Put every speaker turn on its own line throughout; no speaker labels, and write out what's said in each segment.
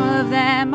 time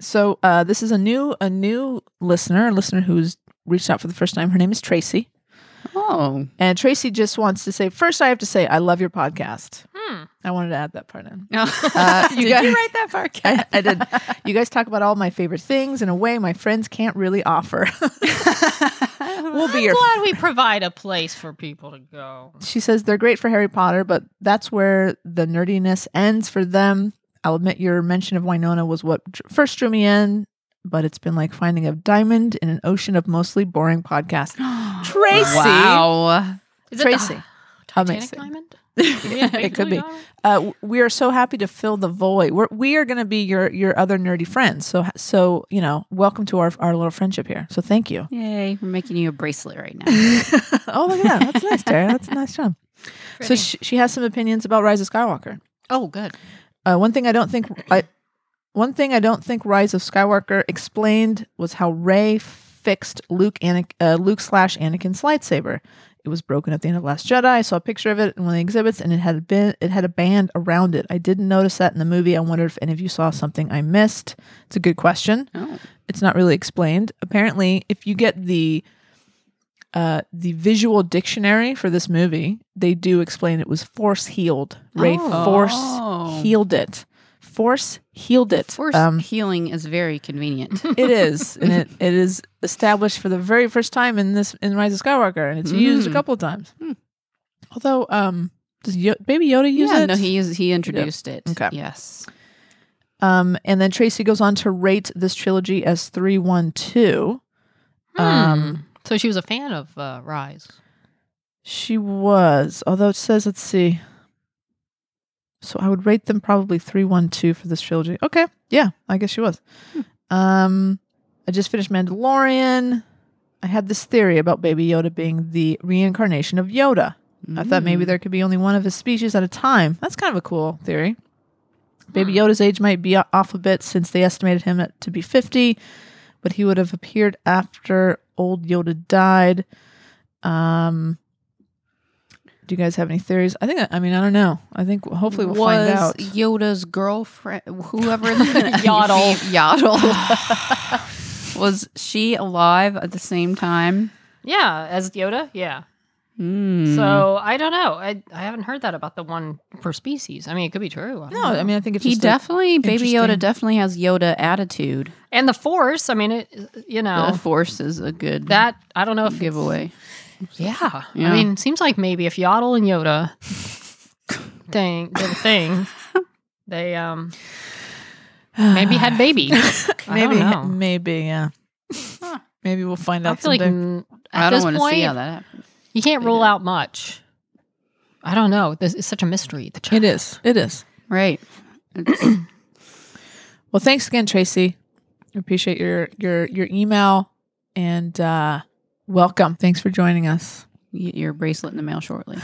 So uh, this is a new a new listener, a listener who's reached out for the first time. Her name is Tracy,
Oh,
and Tracy just wants to say first, I have to say, I love your podcast.
Hmm.
I wanted to add that part in.
no.
Uh, you
Did
got-
you write that far?
I, I did. You guys talk about all my favorite things in a way my friends can't really offer. we'll be
I'm
your.
glad we provide a place for people to go.
She says they're great for Harry Potter, but that's where the nerdiness ends for them. I'll admit your mention of Winona was what dr- first drew me in, but it's been like finding a diamond in an ocean of mostly boring podcasts. Tracy,
Wow.
Is
Tracy,
it the
amazing.
Titanic Diamond?
it could be. Uh, w- we are so happy to fill the void. We're, we are going to be your your other nerdy friends. So so you know, welcome to our our little friendship here. So thank you.
Yay. We're making you a bracelet right now.
oh, look at that. That's nice, Tara. That's a nice job. So
Pretty.
she, she has some opinions about Rise of Skywalker.
Oh, good.
Uh, one thing I don't think I, one thing I don't think Rise of Skywalker explained was how Ray fixed Luke Anakin, uh, Luke slash Anakin's lightsaber. It was broken at the end of Last Jedi. I saw a picture of it in one of the exhibits, and it had been it had a band around it. I didn't notice that in the movie. I wondered if any of you saw something I missed. It's a good question
Oh.
it's not really explained. Apparently, if you get the uh, the visual dictionary for this movie, they do explain it was force healed. Ray
Oh.
force healed it. Force healed it.
Force
Um,
healing is very convenient.
it is, and it, it is established for the very first time in this in Rise of Skywalker, and it's used a
Mm.
couple of times. Although, um, does Yo- Baby Yoda use
yeah,
it?
no, he used, he introduced it.
Okay.
Yes.
Um, and then Tracy goes on to rate this trilogy as three one two.
Hmm.
Um,
Um, so she was a fan of uh, Rise.
She was, although it says, let's see. So I would rate them probably three one two for this trilogy. Okay, yeah, I guess she was. Um, I just finished Mandalorian. I had this theory about Baby Yoda being the reincarnation of Yoda. I thought maybe
Mm.
there could be only one of his species at a time. That's kind of a cool theory. Baby Yoda's age might be o- off a bit since they estimated him at, to be 50, but he would have appeared after old Yoda died. Um, do you guys have any theories? I think, I mean, I don't know. I think hopefully we'll
was
find out.
Yoda's girlfriend, whoever the
Yaddle.
Yaddle. was she alive at the same time?
Yeah, as Yoda. Yeah.
Mm-hmm.
Hmm.
So I don't know. I I haven't heard that about the one per species. I mean, it could be true. I don't
No,
know.
I mean, I think it's
he
just a-
definitely, Baby Yoda
interesting-
definitely has Yoda attitude.
and the Force. I mean, it. You know
The Force is a good
that I don't know if it's-
giveaway.
Yeah.
Yeah.
I mean, seems like maybe if Yaddle and Yoda thing did a thing, they um maybe had babies.
maybe,
I don't know.
maybe, yeah. maybe we'll find
I
out
feel like
someday.
mm, at
I don't
this
want to
point
see how that happens.
you can't rule out much. I don't know. This is such a mystery. The
it
child.
is. It is.
Right. It's-
Well, thanks again, Tracy. Appreciate your your your email and uh, welcome. Thanks for joining us.
you get your bracelet in the mail shortly.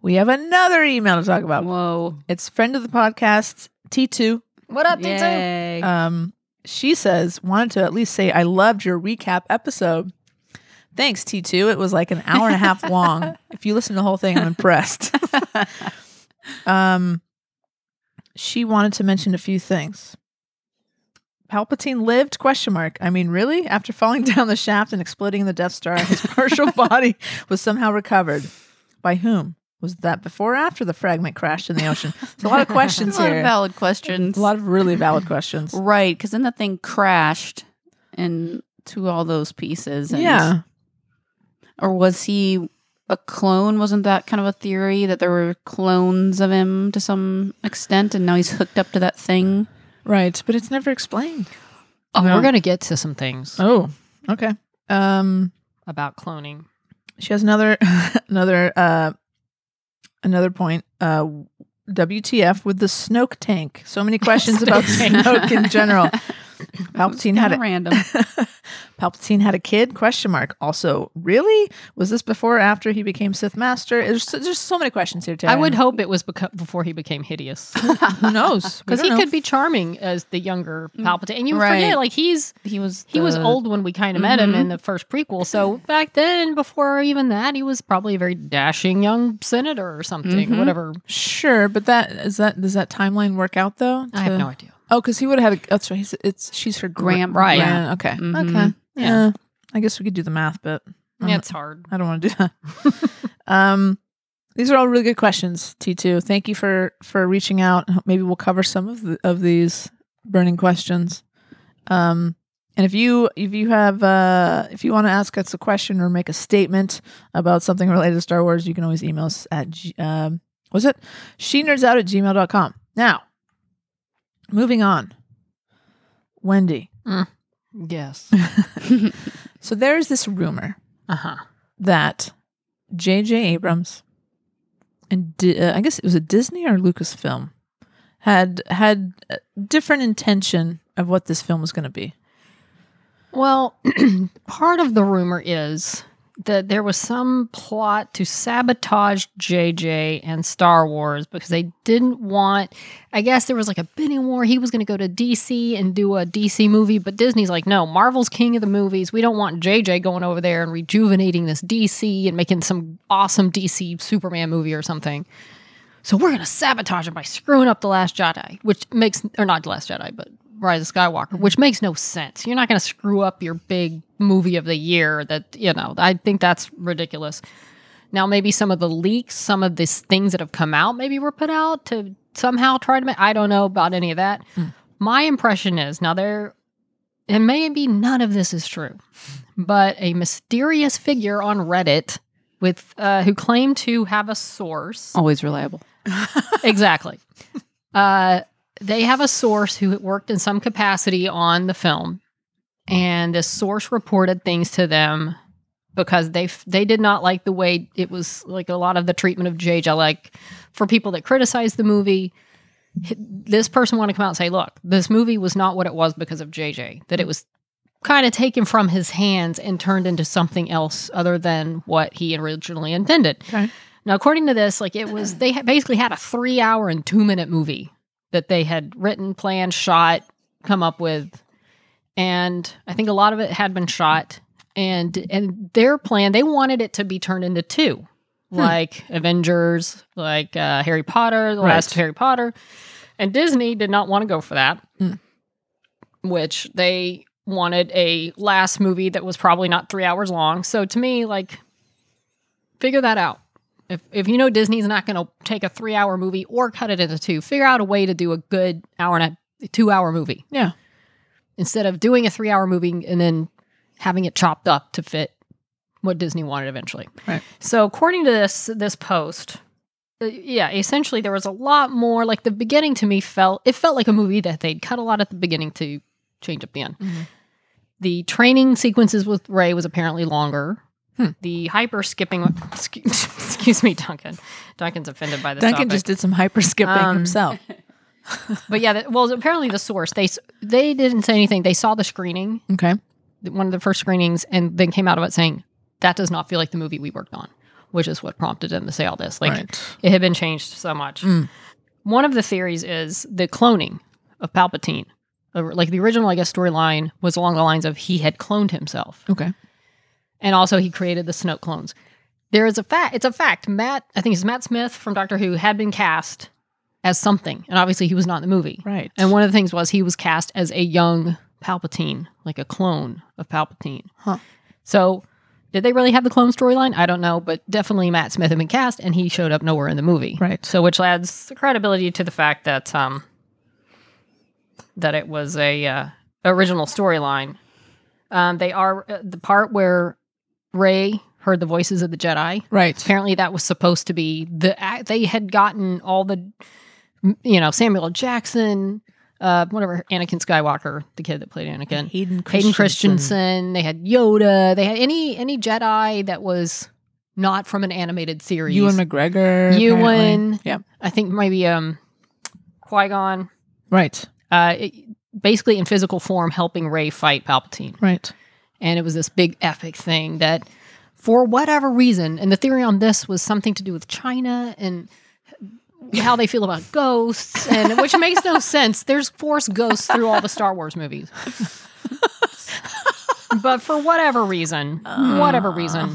We have another email to talk about.
Whoa.
It's friend of the podcast T two.
What up, Tinto?
Yay.
Uh, Um, she says wanted to at least say I loved your recap episode. Thanks, T2. It was like an hour and a half long. If you listen to the whole thing, I'm impressed. um, she wanted to mention a few things. Palpatine lived? Question mark. I mean, really? After falling down the shaft and exploding in the Death Star, his partial body was somehow recovered. By whom? Was that before or after the fragment crashed in the ocean? There's a lot of questions
a lot
here.
of valid questions.
a lot of really valid questions.
right, because then the thing crashed and to all those pieces. And,
Yeah.
Or was he a clone? Wasn't that kind of a theory that there were clones of him to some extent and now he's hooked up to that thing?
Right. But it's never explained.
Oh,
No.
we're gonna get to some things
Oh, okay. Um,
about cloning.
She has another another uh another point. Uh WTF with the Snoke tank. So many questions about
Snoke
Snoke in general. Palpatine had
Kinda
a
random.
Palpatine had a kid? Question mark. Also, really? Was this before or after he became Sith Master? There's so, there's so many questions here, Taryn.
I would hope it was beca- before he became hideous,
Who knows?
because he could be charming as the younger
Mm.
Palpatine. And you
Right.
forget, like he's
He was
he was
the-
old when we kind of met him
Mhm.
in the first prequel. So back then, before even that, he was probably a very dashing young senator or something,
Mhm.
whatever.
Sure, but that is that. Does that timeline work out though?
I have
To-
no idea.
Oh, because he would have had. A, that's right. He's, it's she's her grand.
Graham.
Right. Mm-hmm.
Yeah.
Yeah. Okay.
Mhm.
Okay. Yeah.
Yeah.
I guess we could do the math, but I'm
Yeah,
not-
it's hard.
I don't want to do that. um, these are all really good questions, T2. Thank you for for reaching out. Maybe we'll cover some of the, of these burning questions. Um, and if you if you have uh, if you want to ask us a question or make a statement about something related to Star Wars, you can always email us at g- um, was it she nerds out at gmail.com. Now, moving on, Wendy.
Yes.
So there is this rumor
Uh huh.
that J.J. Abrams and Di- uh, I guess it was a Disney or Lucasfilm had had a different intention of what this film was going to be.
Well, part of the rumor is that there was some plot to sabotage JJ and Star Wars because they didn't want. I guess there was like a bidding war. He was going to go to DC and do a DC movie, but Disney's like, no, Marvel's king of the movies. We don't want JJ going over there and rejuvenating this DC and making some awesome DC Superman movie or something. So we're going to sabotage him by screwing up The Last Jedi, which makes, or not The Last Jedi, but Rise of Skywalker, which makes no sense. You're not going to screw up your big movie of the year that, you know, I think that's ridiculous. Now, maybe some of the leaks, some of these things that have come out, maybe were put out to somehow try to make, I don't know about any of that. My impression is now there, and maybe none of this is true, but a mysterious figure on Reddit with, uh, who claimed to have a source
Always reliable.
exactly. Uh, they have a source who worked in some capacity on the film, and this source reported things to them because they f- they did not like the way it was like a lot of the treatment of JJ. Like for people that criticized the movie, h- this person wanted to come out and say, "Look, this movie was not what it was because of JJ. That it was." Kind of taken from his hands and turned into something else other than what he originally intended.
Okay.
Now, according to this, like it was, they ha- basically had a three hour and two minute movie that they had written, planned, shot, come up with. And I think a lot of it had been shot. And and their plan, they wanted it to be turned into two, like Avengers, like uh, Harry Potter, the
Right.
last Harry Potter. And Disney did not want to go for that,
Mm.
which they wanted a last movie that was probably not three hours long. So to me, like, figure that out. If, if you know Disney's not going to take a three hour movie or cut it into two, figure out a way to do a good hour and a two hour movie
Yeah.
instead of doing a three hour movie and then having it chopped up to fit what Disney wanted eventually.
Right.
So according to this this post, uh, yeah, essentially there was a lot more like the beginning to me felt it felt like a movie that they'd cut a lot at the beginning to change up the end.
Mhm.
The training sequences with Ray was apparently longer.
Hmm.
The hyper skipping excuse, excuse me, Duncan. Duncan's offended by this.
Duncan
topic
just did some hyper skipping
Um,
himself.
but yeah, that, well, apparently the source they s- they didn't say anything. They saw the screening,
Okay.
one of the first screenings, and then came out of it saying that does not feel like the movie we worked on, which is what prompted them to say all this. Like
right.
it had been changed so much.
Mm.
One of the theories is the cloning of Palpatine. Uh, Like the original, I guess, storyline was along the lines of he had cloned himself
Okay.
and also he created the Snoke clones. There is a fact. It's a fact. Matt, I think it's Matt Smith from Doctor Who, had been cast as something, and obviously he was not in the movie.
Right.
And one of the things was he was cast as a young Palpatine, like a clone of Palpatine.
Huh.
So, did they really have the clone storyline? I don't know, but definitely Matt Smith had been cast, and he showed up nowhere in the movie.
Right.
So, which adds credibility to the fact that um, that it was a uh, original storyline. Um, they are uh, the part where Ray heard the voices of the Jedi
Right.
apparently that was supposed to be the act- they had gotten all the you know Samuel L. Jackson uh whatever Anakin Skywalker the kid that played Anakin
Hayden
Hayden Christensen they had Yoda they had any any Jedi that was not from an animated series
Ewan McGregor.
Ewan.
apparently. Yeah.
I think maybe um Qui-Gon
Right.
uh it, basically in physical form helping Ray fight Palpatine
Right.
and it was this big epic thing that for whatever reason and the theory on this was something to do with china and how they feel about ghosts and which makes no sense there's force ghosts through all the star wars movies but for whatever reason whatever reason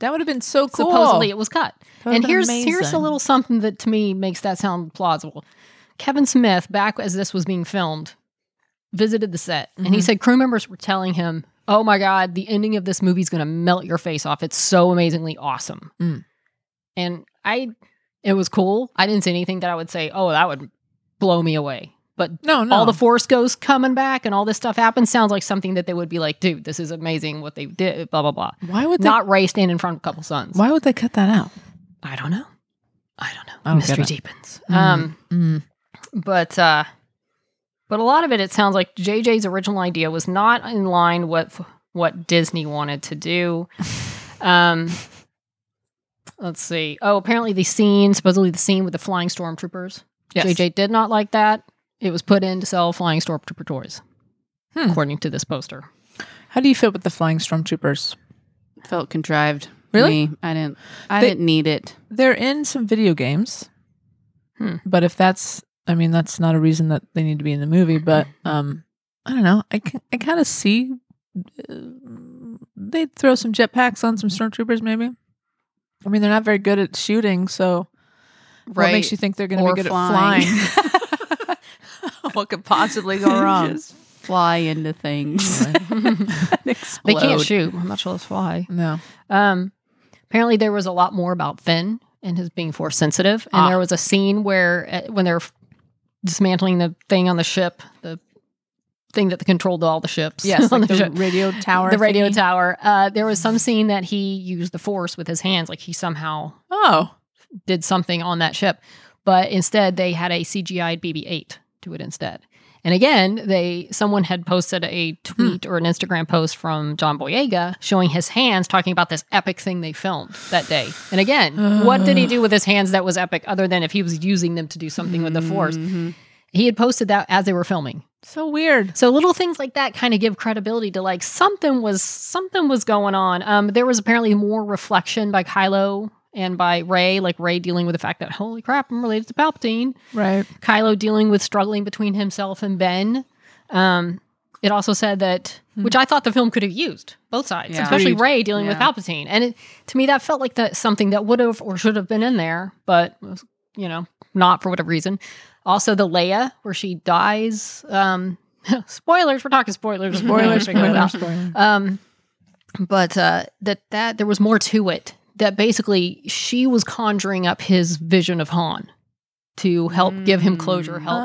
That would have been so cool.
supposedly it was cut
would've
and
been
here's here's a
amazing.
little something that to me makes that sound plausible kevin smith back as this was being filmed visited the set and
Mm-hmm.
he said crew members were telling him oh my god the ending of this movie is going to melt your face off it's so amazingly awesome
Mm.
and i it was cool i didn't see anything that i would say oh that would blow me away but
no, no.
all the force ghosts coming back and all this stuff happens sounds like something that they would be like dude this is amazing what they did blah blah blah
why would they?
not ray standing in front of a couple suns
why would they cut that out?
I don't know. I don't know.
I don't get
Mystery
it.
deepens.
Mm.
Um,
Mm.
but uh, but a lot of it, it sounds like JJ's original idea was not in line with what Disney wanted to do. Um, let's see. Oh, apparently the scene, supposedly the scene with the flying stormtroopers.
Yes.
JJ did not like that. It was put in to sell flying stormtrooper toys,
Hmm.
according to this poster.
How do you feel with the flying stormtroopers?
Felt contrived.
Really?
Me. I didn't. I
They-
didn't need it.
They're in some video games,
Hmm.
but if that's, I mean, that's not a reason that they need to be in the movie. But um, I don't know. I can, I kind of see uh, they'd throw some jetpacks on some stormtroopers, maybe. I mean, they're not very good at shooting, so
Right.
what makes you think they're going to
Or
be good
flying.
at flying? what could possibly go wrong?
Just fly into things.
They can't
Explode.
shoot. I'm not sure that's why.
no.
Um, apparently, there was a lot more about Finn and his being force sensitive, and
Ah.
there was a scene where uh, when they're f- dismantling the thing on the ship, the thing that controlled all the ships,
Yes,
on
like the,
the, ship,
radio tower.
the radio
thingy.
tower. Uh, there was some scene that he used the force with his hands, like he somehow
Oh,
did something on that ship, but instead they had a CGI BB-8 do it instead. And again, they someone had posted a tweet or an Instagram post from John Boyega showing his hands talking about this epic thing they filmed that day. And again, what did he do with his hands that was epic other than if he was using them to do something with the force? He had posted that as they were filming.
so weird.
So little things like that kind of give credibility to like something was something was going on. Um, there was apparently more reflection by Kylo and by Ray, like Ray dealing with the fact that holy crap, I'm related to Palpatine.
Right.
Kylo dealing with struggling between himself and Ben. Um, it also said that, which I thought the film could have used both sides,
Yeah.
especially
Agreed.
Ray dealing with
Yeah.
Palpatine, and it, to me that felt like that something that would have or should have been in there, but was, you know, not for whatever reason. Also, the Leia where she dies. Um, spoilers. We're talking spoilers.
Spoiler,
Figure it
spoiler,
out.
spoiler.
Um, but uh, that that there was more to it. That basically she was conjuring up his vision of Han to help give him closure, help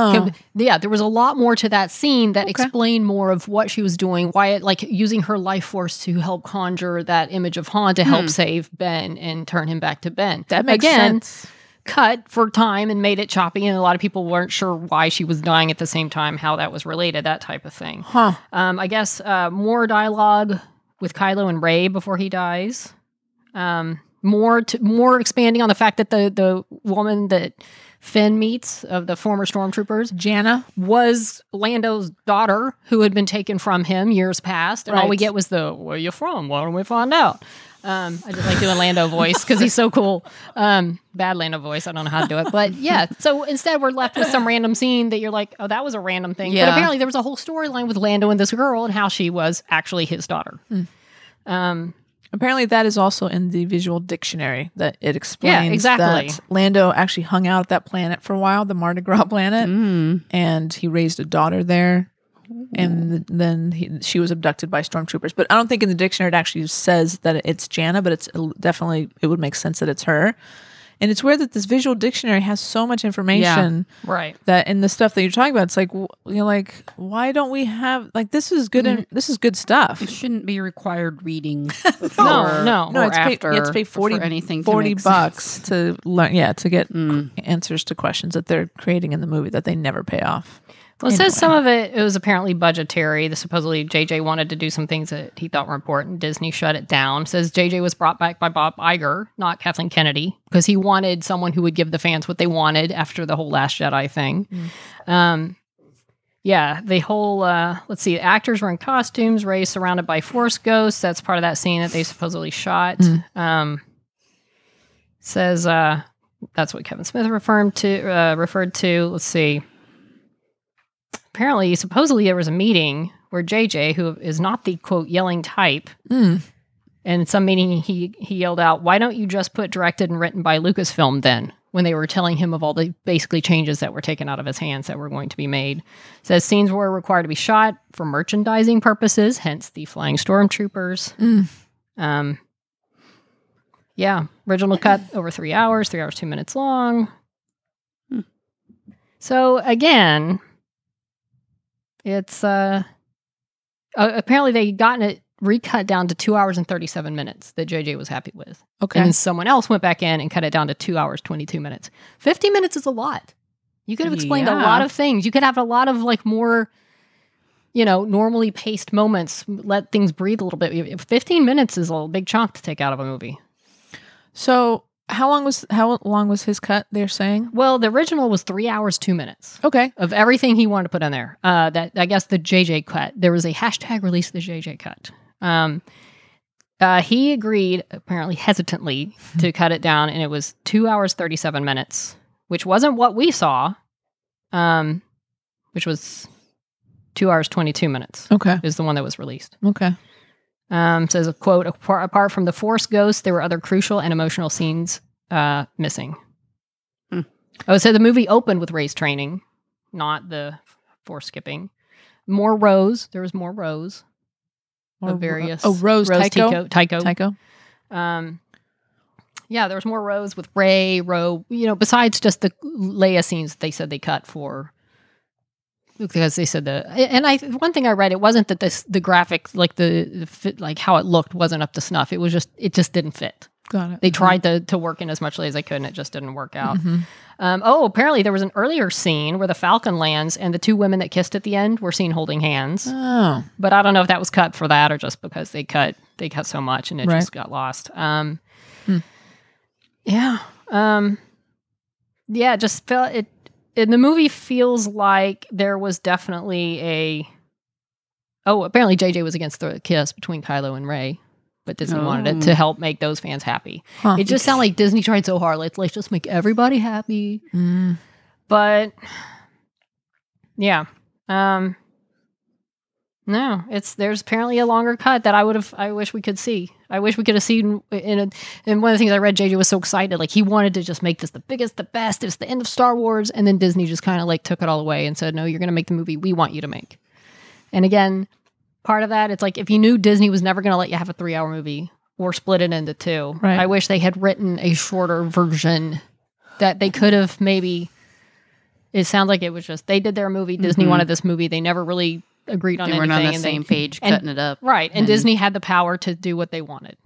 Oh.
Com- yeah, there was a lot more to that scene that
Okay.
explained more of what she was doing, why it like using her life force to help conjure that image of Han to help
Hmm.
save Ben and turn him back to Ben.
That makes
Again,
sense.
cut for time and made it choppy, and a lot of people weren't sure why she was dying at the same time, how that was related, that type of thing.
Huh.
Um, I guess uh, more dialogue with Kylo and Ray before he dies. Um, more t- more expanding on the fact that the the woman that Finn meets of the former stormtroopers
Jana.
was Lando's daughter who had been taken from him years past. And all we
Right.
get was the, where you from? Why don't we find out? Um, I just like doing Lando voice because he's so cool. Um, bad Lando voice. I don't know how to do it. But yeah, so instead we're left with some random scene that you're like, oh, that was a random thing. But
Yeah.
Hmm.
apparently there was a whole storyline with Lando and this girl and how she was actually his daughter. Um,
Apparently, that is also in the visual dictionary that it explains
exactly.
that Lando actually hung out at that planet for a while, the Mardi Gras planet,
Mm.
and he raised a daughter there. And then he, she was abducted by stormtroopers. But I don't think in the dictionary it actually says that it's Jana, but it's uh, definitely, it would make sense that it's her. And it's weird that this visual dictionary has so much information
right.
that in the stuff that you're talking about, it's like, w- you're like, why don't we have, like, this is good, in, this is good stuff.
It shouldn't be required reading. before
No, no.
No,
or
it's pay- you have to
after
pay 40
for anything. to
40
make sense.
bucks to learn yeah to get
Mm.
answers to questions that they're creating in the movie that they never pay off
Well, it
Anyway.
says some of it, it was apparently budgetary. The supposedly JJ wanted to do some things that he thought were important. Disney shut it down. It says JJ was brought back by Bob Iger, not Kathleen Kennedy, because he wanted someone who would give the fans what they wanted after the whole Last Jedi thing. Um, yeah, the whole uh, let's see, actors were in costumes. Ray surrounded by force ghosts. That's part of that scene that they supposedly shot. Um, says uh, that's what Kevin Smith referred to. Uh, referred to. Let's see. Apparently, supposedly there was a meeting where JJ, who is not the quote yelling type, and in some meeting he he yelled out, "Why don't you just put directed and written by Lucasfilm then?" When they were telling him of all the basically changes that were taken out of his hands that were going to be made, says scenes were required to be shot for merchandising purposes, hence the flying stormtroopers.
Mm.
Um, yeah, original cut over three hours, three hours two minutes long.
Hmm.
So again, it's uh, uh, apparently they gotten it recut down to two hours and 37 minutes that JJ was happy with.
okay
And then someone else went back in and cut it down to two hours, 22 minutes. 50 minutes is a lot. You could have explained a
Yeah.
lot of things. You could have a lot of like more, you know, normally paced moments, let things breathe a little bit. 15 minutes is a big chunk to take out of a movie.
so how long was how long was his cut they're saying
Well, the original was three hours, two minutes
okay
of everything he wanted to put in there. Uh, that I guess the JJ cut. There was a hashtag release the JJ cut. Um, uh, he agreed apparently hesitantly to cut it down, and it was two hours thirty seven minutes, which wasn't what we saw. Um, which was two hours twenty two minutes
okay
is the one that was released.
okay
Um, says a quote: "Apar- "Apart from the Force ghosts, there were other crucial and emotional scenes uh, missing."
Hmm.
Oh, so the movie opened with race training, not the force skipping. More Rose. There was more Rose.
Or
Of various-
oh rose,
Rose Tycho.
tycho
Tycho.
Tycho?
Um, yeah, there was more Rose with Ray, Ro. You know, besides just the Leia scenes that they said they cut for. Because they said the and I one thing I read it wasn't that this the graphic like the, the fit like how it looked wasn't up to snuff it was just it just didn't fit
got it Mm-hmm.
they tried to to work in as much as they could and it just didn't work out
Mhm.
um, oh apparently there was an earlier scene where the Falcon lands and the two women that kissed at the end were seen holding hands
oh
but I don't know if that was cut for that or just because they cut they cut so much and it
Right.
just got lost. Um,
Hmm.
Yeah, um, yeah. it Just felt it. And the movie feels like there was definitely a. Oh, apparently JJ was against the kiss between Kylo and Ray, but Disney wanted it
Oh.
to help make those fans happy.
Huh.
It just sounded like Disney tried so hard. Let's let's just make everybody happy
Mm.
but yeah um no it's there's apparently a longer cut that i would have i wish we could see i wish we could have seen in a and one of the things i read jj was so excited like he wanted to just make this the biggest the best it's the end of star wars and then disney just kind of like took it all away and said no you're gonna make the movie we want you to make and again part of that it's like if you knew disney was never gonna let you have a three hour movie or split it into two
Right.
i wish they had written a shorter version that they could have maybe it sounds like it was just they did their movie disney
Mhm.
wanted this movie they never really agreed on
They
anything
weren't on the
and they-
same page Mm-hmm.
and-
cutting it up.
right and,
and-
disney had the power to do what they wanted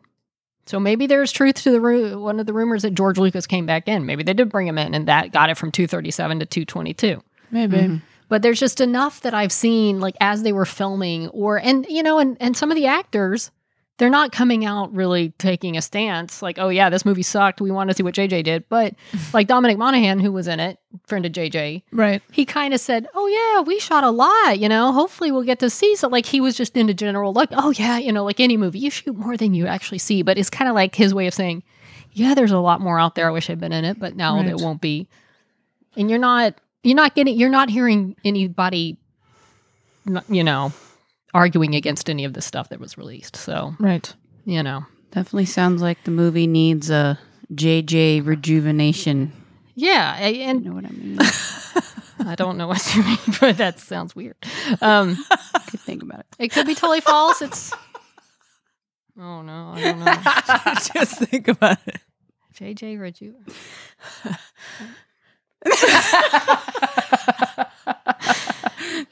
so maybe there's truth to the ru- one of the rumors that george lucas came back in maybe they did bring him in and that got it from 237 to 222
maybe
but there's just enough that I've seen like as they were filming or and you know and and some of the actors they're not coming out really taking a stance like oh yeah this movie sucked we want to see what JJ did but like Dominic Monaghan who was in it friend of JJ
right
he kind of said oh yeah we shot a lot you know hopefully we'll get to see so like he was just in a general like oh yeah you know like any movie you shoot more than you actually see but it's kind of like his way of saying yeah there's a lot more out there I wish I'd been in it but now
Right.
there won't be and you're not you're not getting you're not hearing anybody n- you know arguing against any of the stuff that was released so
right
you know.
Definitely sounds like the movie needs a JJ rejuvenation.
Yeah, a-
You
and
know what I mean?
I don't know what you mean, but that sounds weird. Um,
Good think about it.
it could be totally false. It's oh no, I don't know.
Just think about it.
JJ Reju.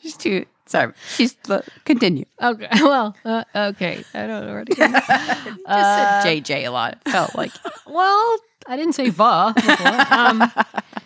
She's too sorry. She's continue.
Okay, well, uh, okay, I don't know where to go.
Just
Uh,
said JJ a lot. It felt like
Well, I didn't say va. before. Um,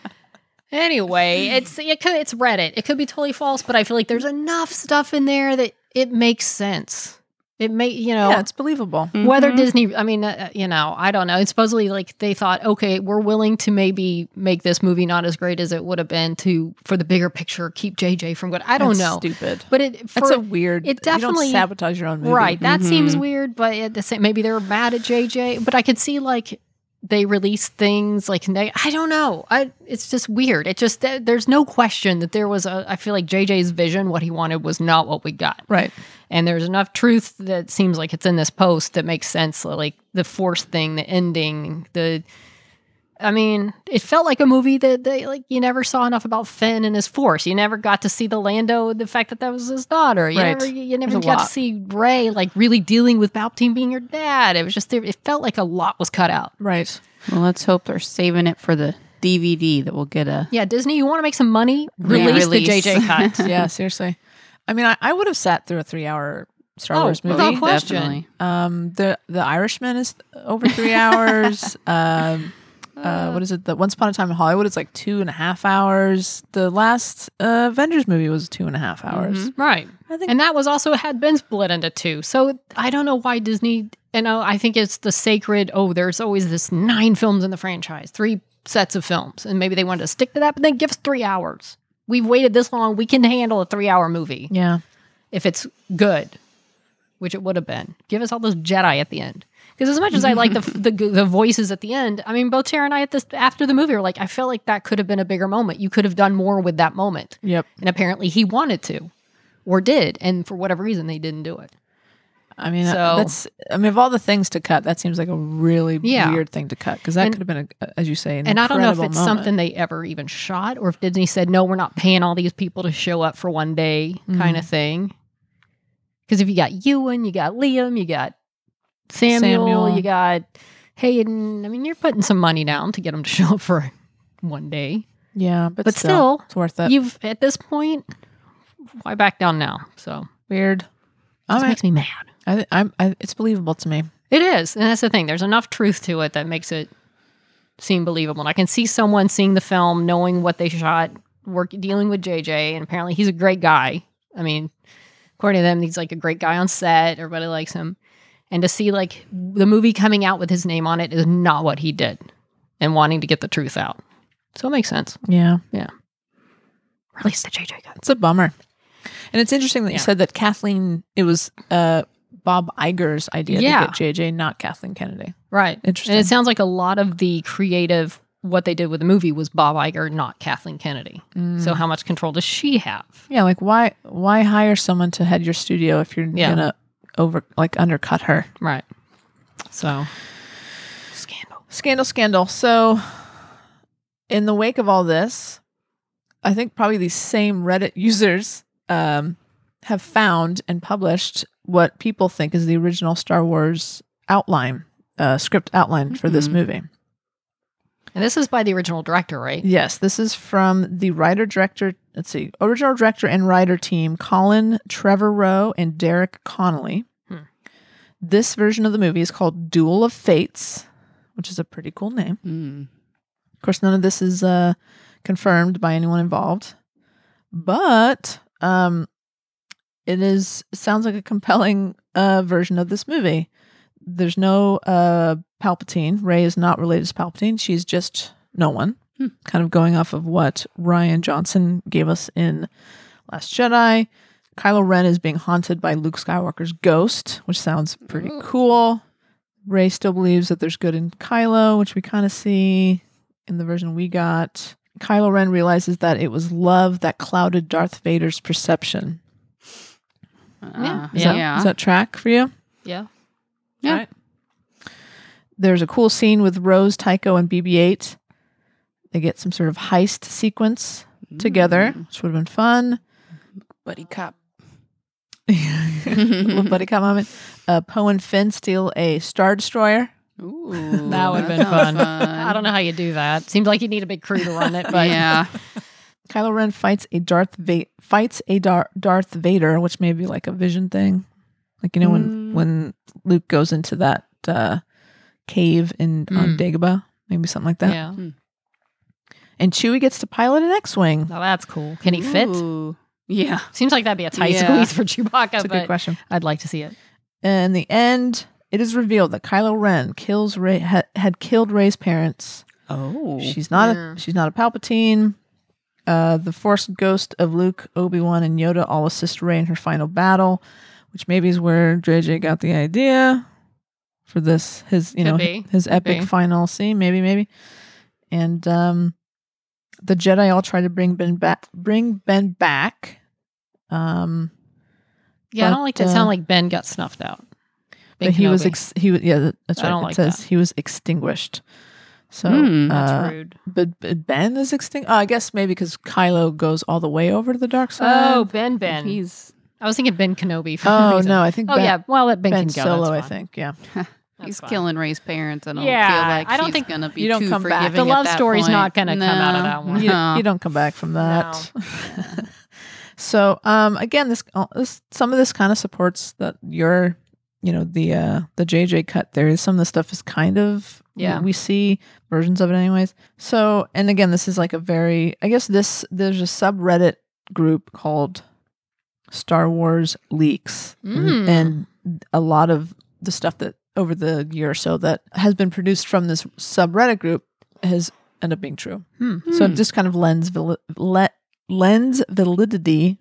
anyway, it's it could, it's Reddit. It could be totally false, but I feel like there's enough stuff in there that it makes sense. It may, you know,
Yeah, it's believable.
whether Disney. I mean, uh, you know, I don't know. It's supposedly like they thought, okay, we're willing to maybe make this movie not as great as it would have been to for the bigger picture, keep JJ from good. I don't
That's
know,
Stupid.
but it for
That's a weird.
it
you
definitely-
don't sabotage your own movie. Mm-hmm.
Right. That seems
Mhm.
weird, but at the same, maybe they were mad at JJ. But I could see like they release things like neg- I don't know. I it's just weird. It just there- there's no question that there was a. I feel like JJ's vision, what he wanted, was not what we got.
Right.
And there's enough truth that seems like it's in this post that makes sense. Like the force thing, the ending, the. I mean, it felt like a movie that they like. You never saw enough about Finn and his force. You never got to see the Lando, the fact that that was his daughter. You
Right.
never, you never
There's a
got to
lot.
see Ray like really dealing with Palpatine being her dad. It was just it felt like a lot was cut out.
Right.
Well, let's hope they're saving it for the DVD that we'll get a
Yeah, Disney, you want to make some money?
Yeah.
Release,
Release.
the JJ cut.
Yeah. seriously. I mean, I, I would have sat through a three-hour Star
Oh,
Wars movie.
without question.
Definitely.
Um, the The Irishman is over three hours. um, uh, what is it? The Once Upon a Time in Hollywood is like two and a half hours. The last uh, Avengers movie was two and a half hours.
right.
I think
And that was also had been split into two. So I don't know why Disney. And uh, I think it's the sacred. Oh, there's always this nine films in the franchise, three sets of films, and maybe they wanted to stick to that. But then give us three hours. We've waited this long. We can handle a three-hour movie
yeah,
if it's good, which it would have been. Give us all those Jedi at the end. Because as much as I like the, the the voices at the end, I mean, both Tara and I at this after the movie were like, I felt like that could have been a bigger moment. You could have done more with that moment.
yep.
And apparently he wanted to or did. And for whatever reason, they didn't do it.
I mean, uh,
So-
that's. I mean, of all the things to cut, that seems like a really
Yeah.
weird thing to cut because that
And-
could have been, a, as you say, an
And I don't know if
incredible
it's
moment.
something they ever even shot or if Disney said, no, we're not paying all these people to show up for one day kind
Mm-hmm.
of thing. Because if you got Ewan, you got Liam, you got Samuel,
Samuel.
you got Hayden, I mean, you're putting some money down to get them to show up for one day.
Yeah, but,
But
still,
still,
it's worth it.
You've, at this point, why back down now? So
weird.
this
I,
makes me mad.
I, thi- I'm, I, it's believable to me.
It is, and that's the thing. There's enough truth to it that makes it seem believable. And I can see someone seeing the film, knowing what they shot, work dealing with JJ, and apparently he's a great guy. I mean, according to them, he's like a great guy on set. Everybody likes him, and to see like the movie coming out with his name on it is not what he did, and wanting to get the truth out. So it makes sense.
Yeah,
Release the JJ cut.
it's a bummer. And it's interesting that you
Yeah.
said that Kathleen. It was uh, Bob Iger's idea
Yeah.
to get JJ, not Kathleen Kennedy.
Right.
Interesting.
And it sounds like a lot of the creative what they did with the movie was Bob Iger, not Kathleen Kennedy. So how much control does she have?
Mm. yeah, like why why hire someone to head your studio if you're
Yeah.
gonna over like undercut her?
Right. So scandal.
Scandal, scandal. So, in the wake of all this, I think probably these same Reddit users um, have found and published what people think is the original Star Wars outline, uh, script outline for this
Mhm.
movie.
And this is by the original director, right?
Yes, this is from the writer director. Let's see, original director and writer team Colin Trevor Rowe and Derek Connolly.
Hmm.
This version of the movie is called Duel of Fates, which is a pretty cool name.
Mm.
Of course, none of this is uh, confirmed by anyone involved, but um, it is sounds like a compelling uh, version of this movie. There's no uh, Palpatine. Ray is not related to Palpatine. She's just no one.
Hmm.
Kind of going off of what Ryan Johnson gave us in Last Jedi. Kylo Ren is being haunted by Luke Skywalker's ghost, which sounds pretty
Mm.
cool. Ray still believes that there's good in Kylo, which we kind of see in the version we got. Kylo Ren realizes that it was love that clouded Darth Vader's perception.
Uh,
Yeah.
yeah.
Is that, does that track for you?
Yeah.
Yeah.
Right? There's a cool scene with Rose, Tycho, and BB 8. They get some sort of heist sequence together, which would have been fun.
Mm. buddy cop.
Little buddy cop moment. Uh, Poe and Finn steal a Star Destroyer.
Ooh,
That would have been fun.
sounds
I don't know how you do that. Seems like you need a big crew to run it, but
yeah,
Kylo Ren fights a Darth Va- fights a Dar- Darth Vader, which may be like a vision thing, like you know when
Mm.
when Luke goes into that uh, cave in on
Mm.
Dagobah, maybe something like that.
yeah.
And Chewie gets to pilot an X-wing.
Now that's cool. Can he fit?
Ooh. Yeah.
Seems like that'd be a tight
Yeah.
squeeze for
That's
Chewbacca,
a good
but
question.
I'd like to see it.
In the end, it is revealed that Kylo Ren kills Ray ha- had killed Ray's parents.
Oh.
She's not
Yeah.
a she's not a Palpatine. Uh, the Force ghost of Luke, Obi Wan, and Yoda all assist Rey in her final battle, which maybe is where JJ got the idea for this his you
Could
know
be.
his epic
be.
final scene. Maybe maybe, and um, the Jedi all try to bring Ben back. Bring Ben back. Um,
Yeah, I
But,
don't like to
uh,
sound like Ben got snuffed out. Ben
but he was
Kenobi.
ex- he was yeah that- that's
I
right.
don't
it
like
says
that.
he was extinguished. So
Hmm,
That's
uh,
rude.
But, but Ben is extinct. Oh, I guess maybe because Kylo goes all the way over to the dark side.
Oh, Ben, Ben.
He's
I was thinking Ben Kenobi. For
uh, Oh,
some reason.
no, I think
Oh
Ben,
yeah. Well, let Ben,
Ben
can go.
Solo. I
That's fine.
think yeah.
That's
he's
fine.
killing Ray's parents. I don't
Yeah,
feel like
I don't
she's
think-
gonna be
You don't
too
come back.
forgiving
The
at
love
that
story's
point.
not gonna come out of that one.
You,
No.
you don't come back from that. so um, again, this, all- this some of this kind of supports that your you know the uh, the JJ cut there. Some of the stuff is kind of
Yeah.
we see versions of it anyways. So and again, this is like a very I guess this there's a subreddit group called Star Wars Leaks
Mm.
and a lot of the stuff that over the year or so that has been produced from this subreddit group has ended up being true.
Hmm.
So it just kind of lends vali- le- lends validity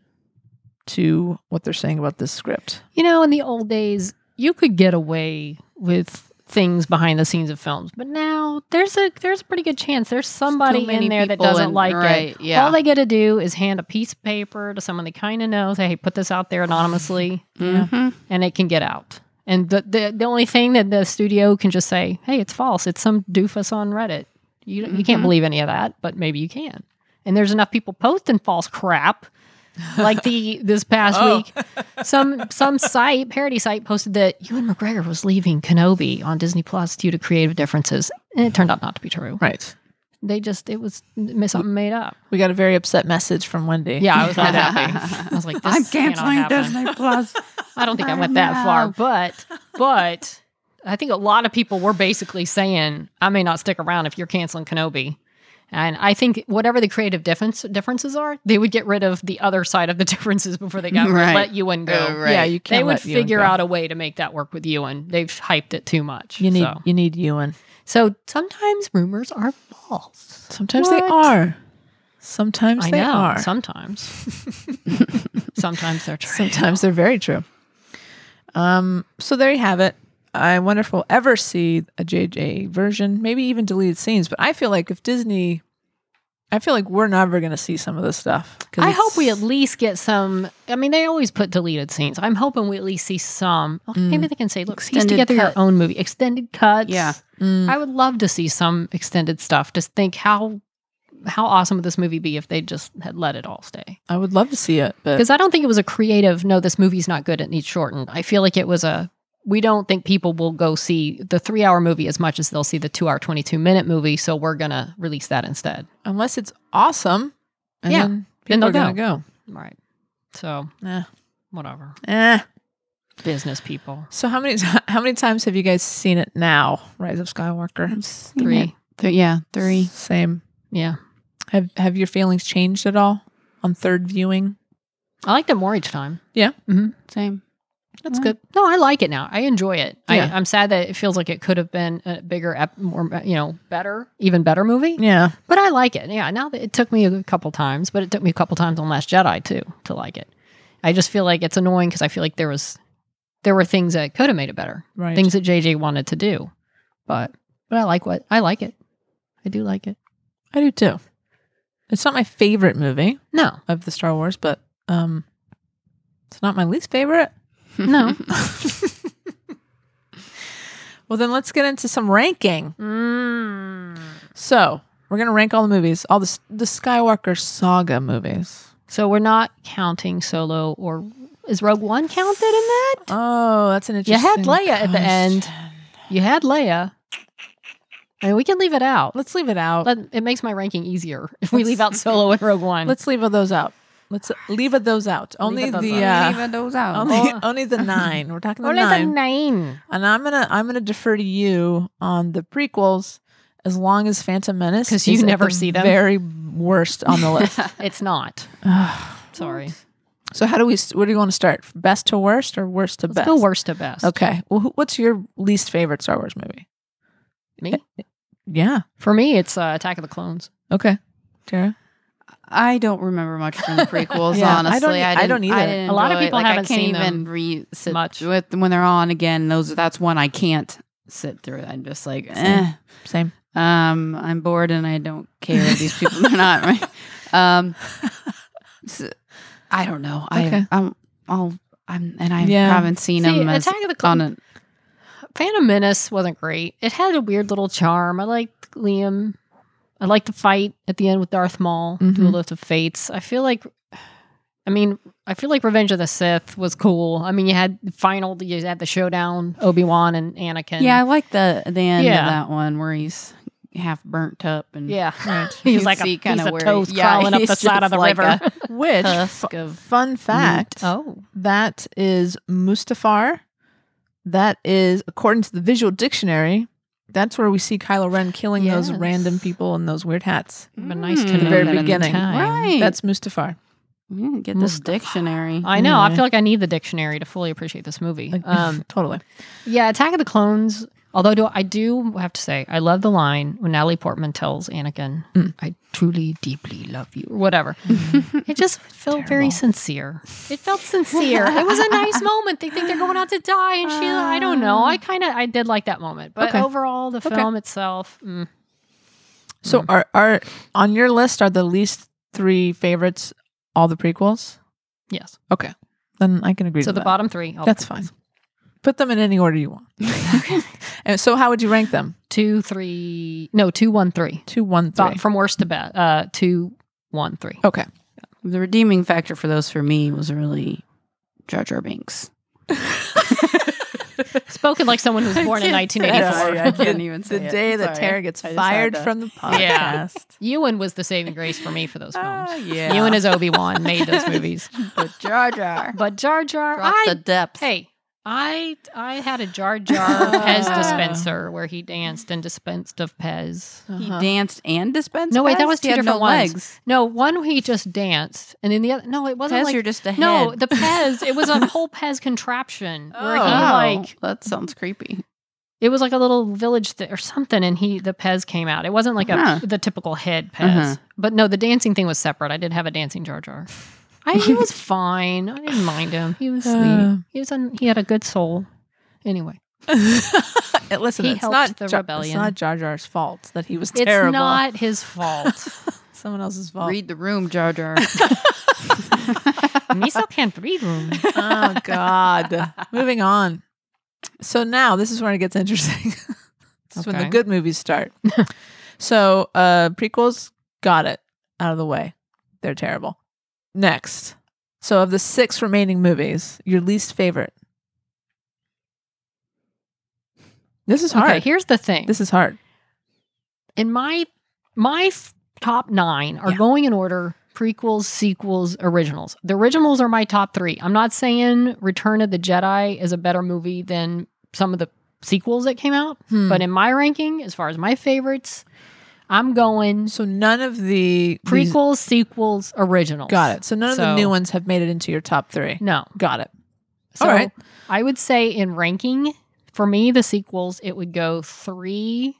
to what they're saying about this script.
You know, in the old days, you could get away with things behind the scenes of films, but now there's a there's a pretty good chance there's somebody
Too many
in there that
people
doesn't
and-
like it.
right, Yeah.
All they got to do is hand a piece of paper to someone they kind of know. Say, hey, put this out there anonymously,
Mhm.
and it can get out. And the, the the only thing that the studio can just say, hey, it's false. It's some doofus on Reddit. You you can't
Mhm.
believe any of that, but maybe you can. And there's enough people posting false crap, like the this past week, some some site parody site posted that Ewan McGregor was leaving Kenobi on Disney Plus due to creative differences, and it turned out not to be true.
Right.
They just it was m- something made up.
We got a very upset message from Wendy.
Yeah, I was not happy. I was like, this
I'm
cannot
canceling
happen.
Disney Plus.
I don't think I
Oh,
went that far,
no.
but but I think a lot of people were basically saying, I may not stick around if you're canceling Kenobi. And I think whatever the creative difference differences are, they would get rid of the other side of the differences before they got
Right.
let Ewan go.
Uh, right.
Yeah, you can't
They would
let Ewan
figure
go.
out a way to make that work with Ewan. They've hyped it too much.
You need
so.
you need Ewan.
so sometimes rumors are false.
Sometimes they
What?
are. Sometimes
I
they
know.
are.
Sometimes. sometimes they're true.
Sometimes they're very true. Um, so there you have it. I wonder if we'll ever see a JJ version, maybe even deleted scenes. But I feel like if Disney, I feel like we're never going to see some of this stuff. 'cause
I
it's-
hope we at least get some. I mean, they always put deleted scenes. I'm hoping we at least see some. Oh, Maybe they can say, look, piece
Extended
together
cut.
your own movie, extended cuts.
Yeah.
Mm.
I would love to see some extended stuff. Just think how how awesome would this movie be if they just had let it all stay?
I would love to see it, but
Because I don't think it was a creative. No, this movie's not good. It needs shortened. I feel like it was a. We don't think people will go see the three hour movie as much as they'll see the two hour, 22 minute movie. So we're going to release that instead.
unless it's awesome, and
Yeah,
then people
they'll
are going to go.
Right. So,
Eh,
whatever.
eh.
Business people.
So how many how many times have you guys seen it now? Rise of Skywalker.
I've seen
Three.
it. Th- yeah, three.
Same.
Yeah.
Have Have your feelings changed at all on third viewing?
I liked it more each time.
Same.
That's
Mm.
good.
No, I like it now. I enjoy it.
Yeah.
I, I'm sad that it feels like it could have been a bigger, ep- more, you know, better, even better movie.
Yeah.
But I like it. Yeah. Now that it took me a couple times, but it took me a couple times on Last Jedi too to like it. I just feel like it's annoying because I feel like there was there were things that could have made it better,
Right.
things that JJ wanted to do. But but I like what I like it. I do like it.
I do too. It's not my favorite movie
No,
of the Star Wars, but um, it's not my least favorite.
no.
Well, then let's get into some ranking.
Mm.
So we're gonna rank all the movies, all the s- the Skywalker saga movies.
So we're not counting Solo or is Rogue One counted in that?
Oh, that's an
You
interesting.
had Leia at the end.
question.
You had Leia. I mean, we can leave it out.
Let's leave it out.
Let- it makes my ranking easier if we
Let's-
leave out Solo and Rogue One.
Let's leave those out. Let's leave those out. Only
those
the
Yeah.
uh,
Leave those out.
only,
Oh.
only the nine. We're talking the
Only
nine.
the nine.
and I'm gonna I'm gonna defer to you on the prequels as long as Phantom Menace
'Cause you
is at
never
the
see them.
Very worst on the list.
It's not.
Ugh.
Sorry.
so how do we? Where do you want to start? Best to worst or worst to
Let's
best?
go worst to best.
Okay. Well, who, what's your least favorite Star Wars movie?
Me?
Yeah.
For me, it's uh, Attack of the Clones.
Okay. Tara.
I don't remember much from the prequels,
Yeah, I don't-
honestly. I,
I
didn't,
don't either.
I didn't
A lot of
enjoy it.
people
Like,
haven't
I can't
seen
even
them
re sit
much.
with when they're on again. Those that's one I can't sit through. I'm just like, eh.
Same.
Um, I'm bored and I don't care if these people are not right. Um, s- I don't know.
Okay.
I I'm I'll, I'm and I
Yeah.
haven't seen
See,
them as
Attack of the
on
Clones.
a
Phantom Menace wasn't great. It had a weird little charm. I liked Liam. I liked the fight at the end with Darth Maul,
Mhm.
Mm-hmm.
Duel of the Fates. I feel like, I mean, I feel like Revenge of the Sith was cool. I mean, you had the final, you had the showdown, Obi Wan and Anakin.
yeah. I like the the end
Yeah.
of that one where he's half burnt up and
yeah.
you
He's like a
see
piece
kinda
of
where he-
toast
yeah,
crawling up
he's
the side of
just
the
like
river.
a
Which
Tusk
fu-
Uh, of
fun fact?
oh,
That is Mustafar. That is, according to the visual dictionary, that's where we see Kylo Ren killing those
Yes.
random people in those weird hats.
it'd been nice to
Mm.
know
The
very
that in
beginning.
time.
Right.
That's Mustafar.
We didn't get this
Mustafa.
dictionary.
I know. I
Yeah.
feel like I need the dictionary to fully appreciate this movie.
Like,
Um,
totally.
Yeah, Attack of the Clones. Although do, I do have to say, I love the line when Natalie Portman tells Anakin,
Mm.
"I truly, deeply love you," or whatever. it just felt very
Terrible.
sincere. It felt sincere. it was a nice moment. They think they're going out to die, and she, I don't know. I kind of, I did like that moment, but
Um. Okay.
overall, the
Okay.
film itself, mm,
So, are are on your list are the least three favorites all the prequels?
yes.
Okay, then I can agree.
So
to
the
that.
bottom three. oh, all
That's
the prequels.
fine. Put them in any order you want. and so, how would you rank them?
Two, three. No, two, one, three.
Two, one, three.
Thought from worst to best. Uh, two, one, three.
okay.
The redeeming factor for those for me was really Jar Jar Binks.
Spoken like someone who was born in
I
1984.
know, I couldn't even
The
say it.
day that
Sorry.
Tara gets
I just had
fired
to-
from the podcast.
Yeah. Ewan was the saving grace for me for those films.
Ah, yeah.
Ewan as Obi Wan made those movies.
but Jar Jar.
But Jar Jar,
Drop the
I
depth.
hey, I I had a Jar Jar
Ah.
Pez dispenser where he danced and dispensed of Pez.
He
Uh-huh.
danced and dispensed.
No, wait, that
Pez?
was two
He had
different
no
ones.
legs.
No, one he just danced, and then the other. No, it wasn't
Pez,
like
you're just a head.
no the Pez. It was a whole Pez contraption where he
Oh.
like
that sounds creepy.
it was like a little village thi- or something, and he the Pez came out. It wasn't like a
Huh.
the typical head Pez,
Uh-huh.
but no, the dancing thing was separate. I did have a dancing Jar Jar. I, he was fine. I didn't mind him. He was sweet.
Uh.
he was un, he had a good soul. Anyway,
And Listen,
He
it's
helped
not
the
Jar- It's
rebellion.
not Jar Jar's fault that he was
it's
terrible.
not his fault.
someone else's fault.
Read the room, Jar Jar.
Miso can't breathe. room.
oh God. Moving on. So now this is where it gets interesting. this is when the
Okay.
good movies start. so uh prequels got it out of the way. They're terrible. Next. So of the six remaining movies, your least favorite. This is hard.
Okay, here's the thing.
this is hard.
in my my f- top nine are
Yeah.
going in order prequels sequels originals the originals are my top three i'm not saying return of the jedi is a better movie than some of the sequels that came out
Hmm.
but in my ranking as far as my favorites i'm going
so none of the these-
prequels sequels originals
got it. So none of the
So-
new ones have made it into your top three.
no
Got it.
so
All right.
i would say in ranking for me the sequels it would go three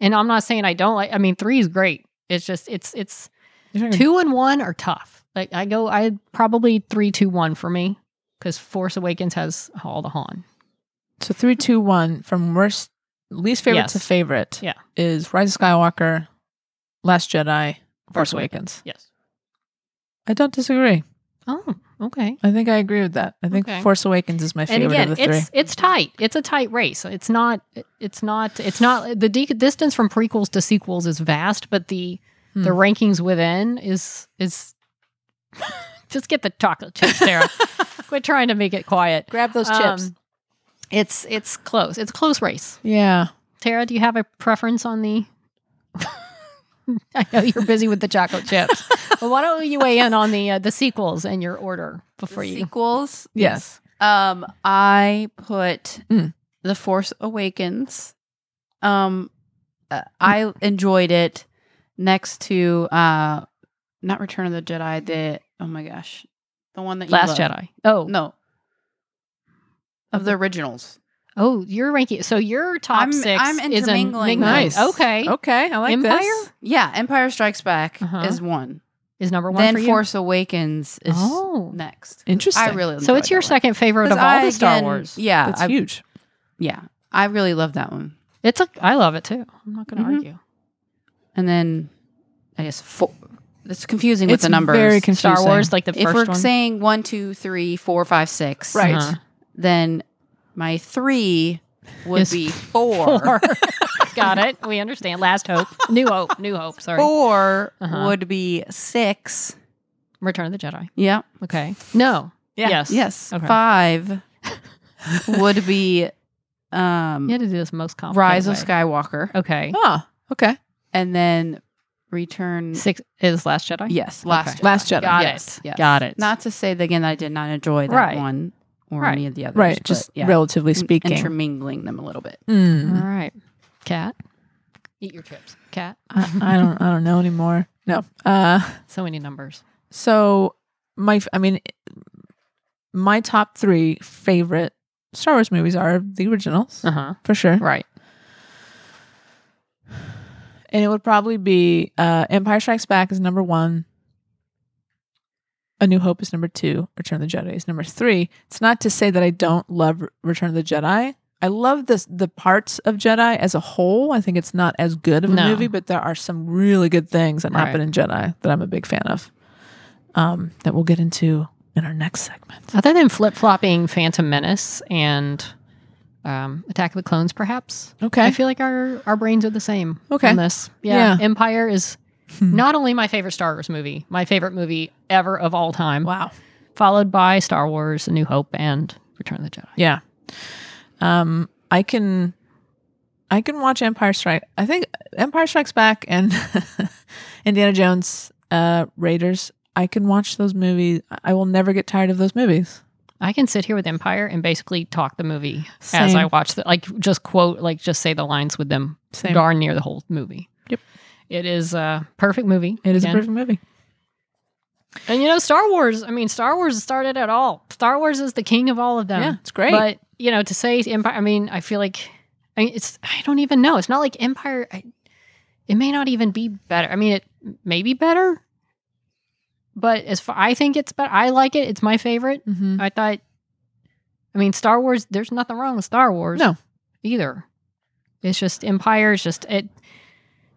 and i'm not saying i don't like i mean three is great it's just it's it's
You're talking-
two and one are tough. Like I go, I probably three, two, one for me because Force Awakens has all the Han.
So three, two, one from worst, least favorite to
Yes.
favorite.
Yeah.
is Rise of Skywalker, Last Jedi, Force Awakens.
Yes,
I don't disagree.
Oh, okay.
I think I agree with that. I think
Okay.
Force Awakens is my
And
favorite
again,
of the three.
it's it's tight. It's a tight race. It's not. It's not. It's not. The de- distance from prequels to sequels is vast, but the
Hmm.
the rankings within is is. just get the chocolate chip, Sarah. Quit trying to make it quiet.
Grab those
Um, it's it's close. It's a close race.
Yeah.
Tara, do you have a preference on the? I know you're busy with the chocolate chips, but why don't you weigh in on the uh, the sequels and your order before you?
sequels.
Yes.
Um, I put
Hmm.
Mm.
The Force Awakens. Um, uh, I enjoyed it next to uh, not Return of the Jedi. The oh my gosh, the one that you
Last
love.
Jedi. Oh
No, of the originals.
Oh, you're ranking. So your top
I'm-
6
I'm
is a mingling.
intermingling
Nice.
Okay,
Okay. I like
Empire?
this.
Yeah, Empire Strikes Back
Uh-huh.
is one.
is number one
Then
for you.
Force Awakens is
oh,
next.
Interesting.
I really
so
enjoyed
it's your
that one.
second favorite
'Cause
of all
I,
the Star
again,
Wars.
Yeah,
That's
I,
huge.
yeah, I really love that one.
It's a. I love it too. I'm not going to
Mhm.
argue.
and then I guess four. It's confusing with
It's
the numbers.
very confusing.
Star Wars, like the
if
first
we're
one.
saying one, two, three, four, five, six,
Right.
Uh-huh.
Then my three would
Is
be four.
Four. Got it. We understand. Last Hope, New Hope, New Hope. Sorry,
Oh. Four
Uh-huh.
would be six.
Return of the Jedi.
Yeah.
Okay. No.
Yeah.
Yes.
Yes.
Okay.
Five would be um,
Mm.
You had to do this most complicated.
Rise of
way.
Skywalker,
Okay.
Ah. Okay.
and then Return.
Six is Last Jedi.
Yes, last
Okay.
Jedi.
Last Jedi.
Got
Yes,
it.
yes.
Got it.
Not to say that, again that I did not enjoy that
Right.
one or
Right.
any of the others.
Right.
but
Just
yeah.
relatively
Mm,
speaking.
intermingling them a little bit.
all
Mm.
right. Cat, eat your chips. Cat.
I, I don't. I don't know anymore. No. Uh.
So many numbers.
So my, f- I mean, my top three favorite Star Wars movies are the originals
Uh huh.
for sure,
Right.
and it would probably be uh, Empire Strikes Back is number one. A New Hope is number two. Return of the Jedi is number three. It's not to say that I don't love Re- Return of the Jedi. I love this the parts of Jedi as a whole. I think it's not as good of a
No.
movie, but there are some really good things that
Right.
happen in Jedi that I'm a big fan of. Um, that we'll get into in our next segment.
Other than flip flopping Phantom Menace and um, Attack of the Clones, perhaps
Okay.
I feel like our our brains are the same.
Okay.
On this, yeah.
Yeah. Hmm.
Empire is not only my favorite Star Wars movie, my favorite movie ever of all time,
wow.
followed by Star Wars: A New Hope and Return of the Jedi.
Yeah. Um, I can, I can watch Empire Strike. I think Empire Strikes Back and Indiana Jones, uh, Raiders. I can watch those movies. I will never get tired of those movies.
I can sit here with Empire and basically talk the movie as I
Same.
watch the like just quote like just say the lines with them
Same.
darn near the whole movie.
Yep.
It is a perfect movie.
It is
Again,
a perfect movie.
And you know, Star Wars, I mean, Star Wars started it all. Star Wars is the king of all of them.
yeah, it's great.
But, you know, to say Empire, I mean, I feel like I mean, it's, I don't even know. It's not like Empire, I, it may not even be better. I mean, it may be better, but as far, I think it's better. I like it. It's my favorite.
Mhm.
I thought, I mean, Star Wars, there's nothing wrong with Star Wars.
No.
Either. It's just Empire is just, it,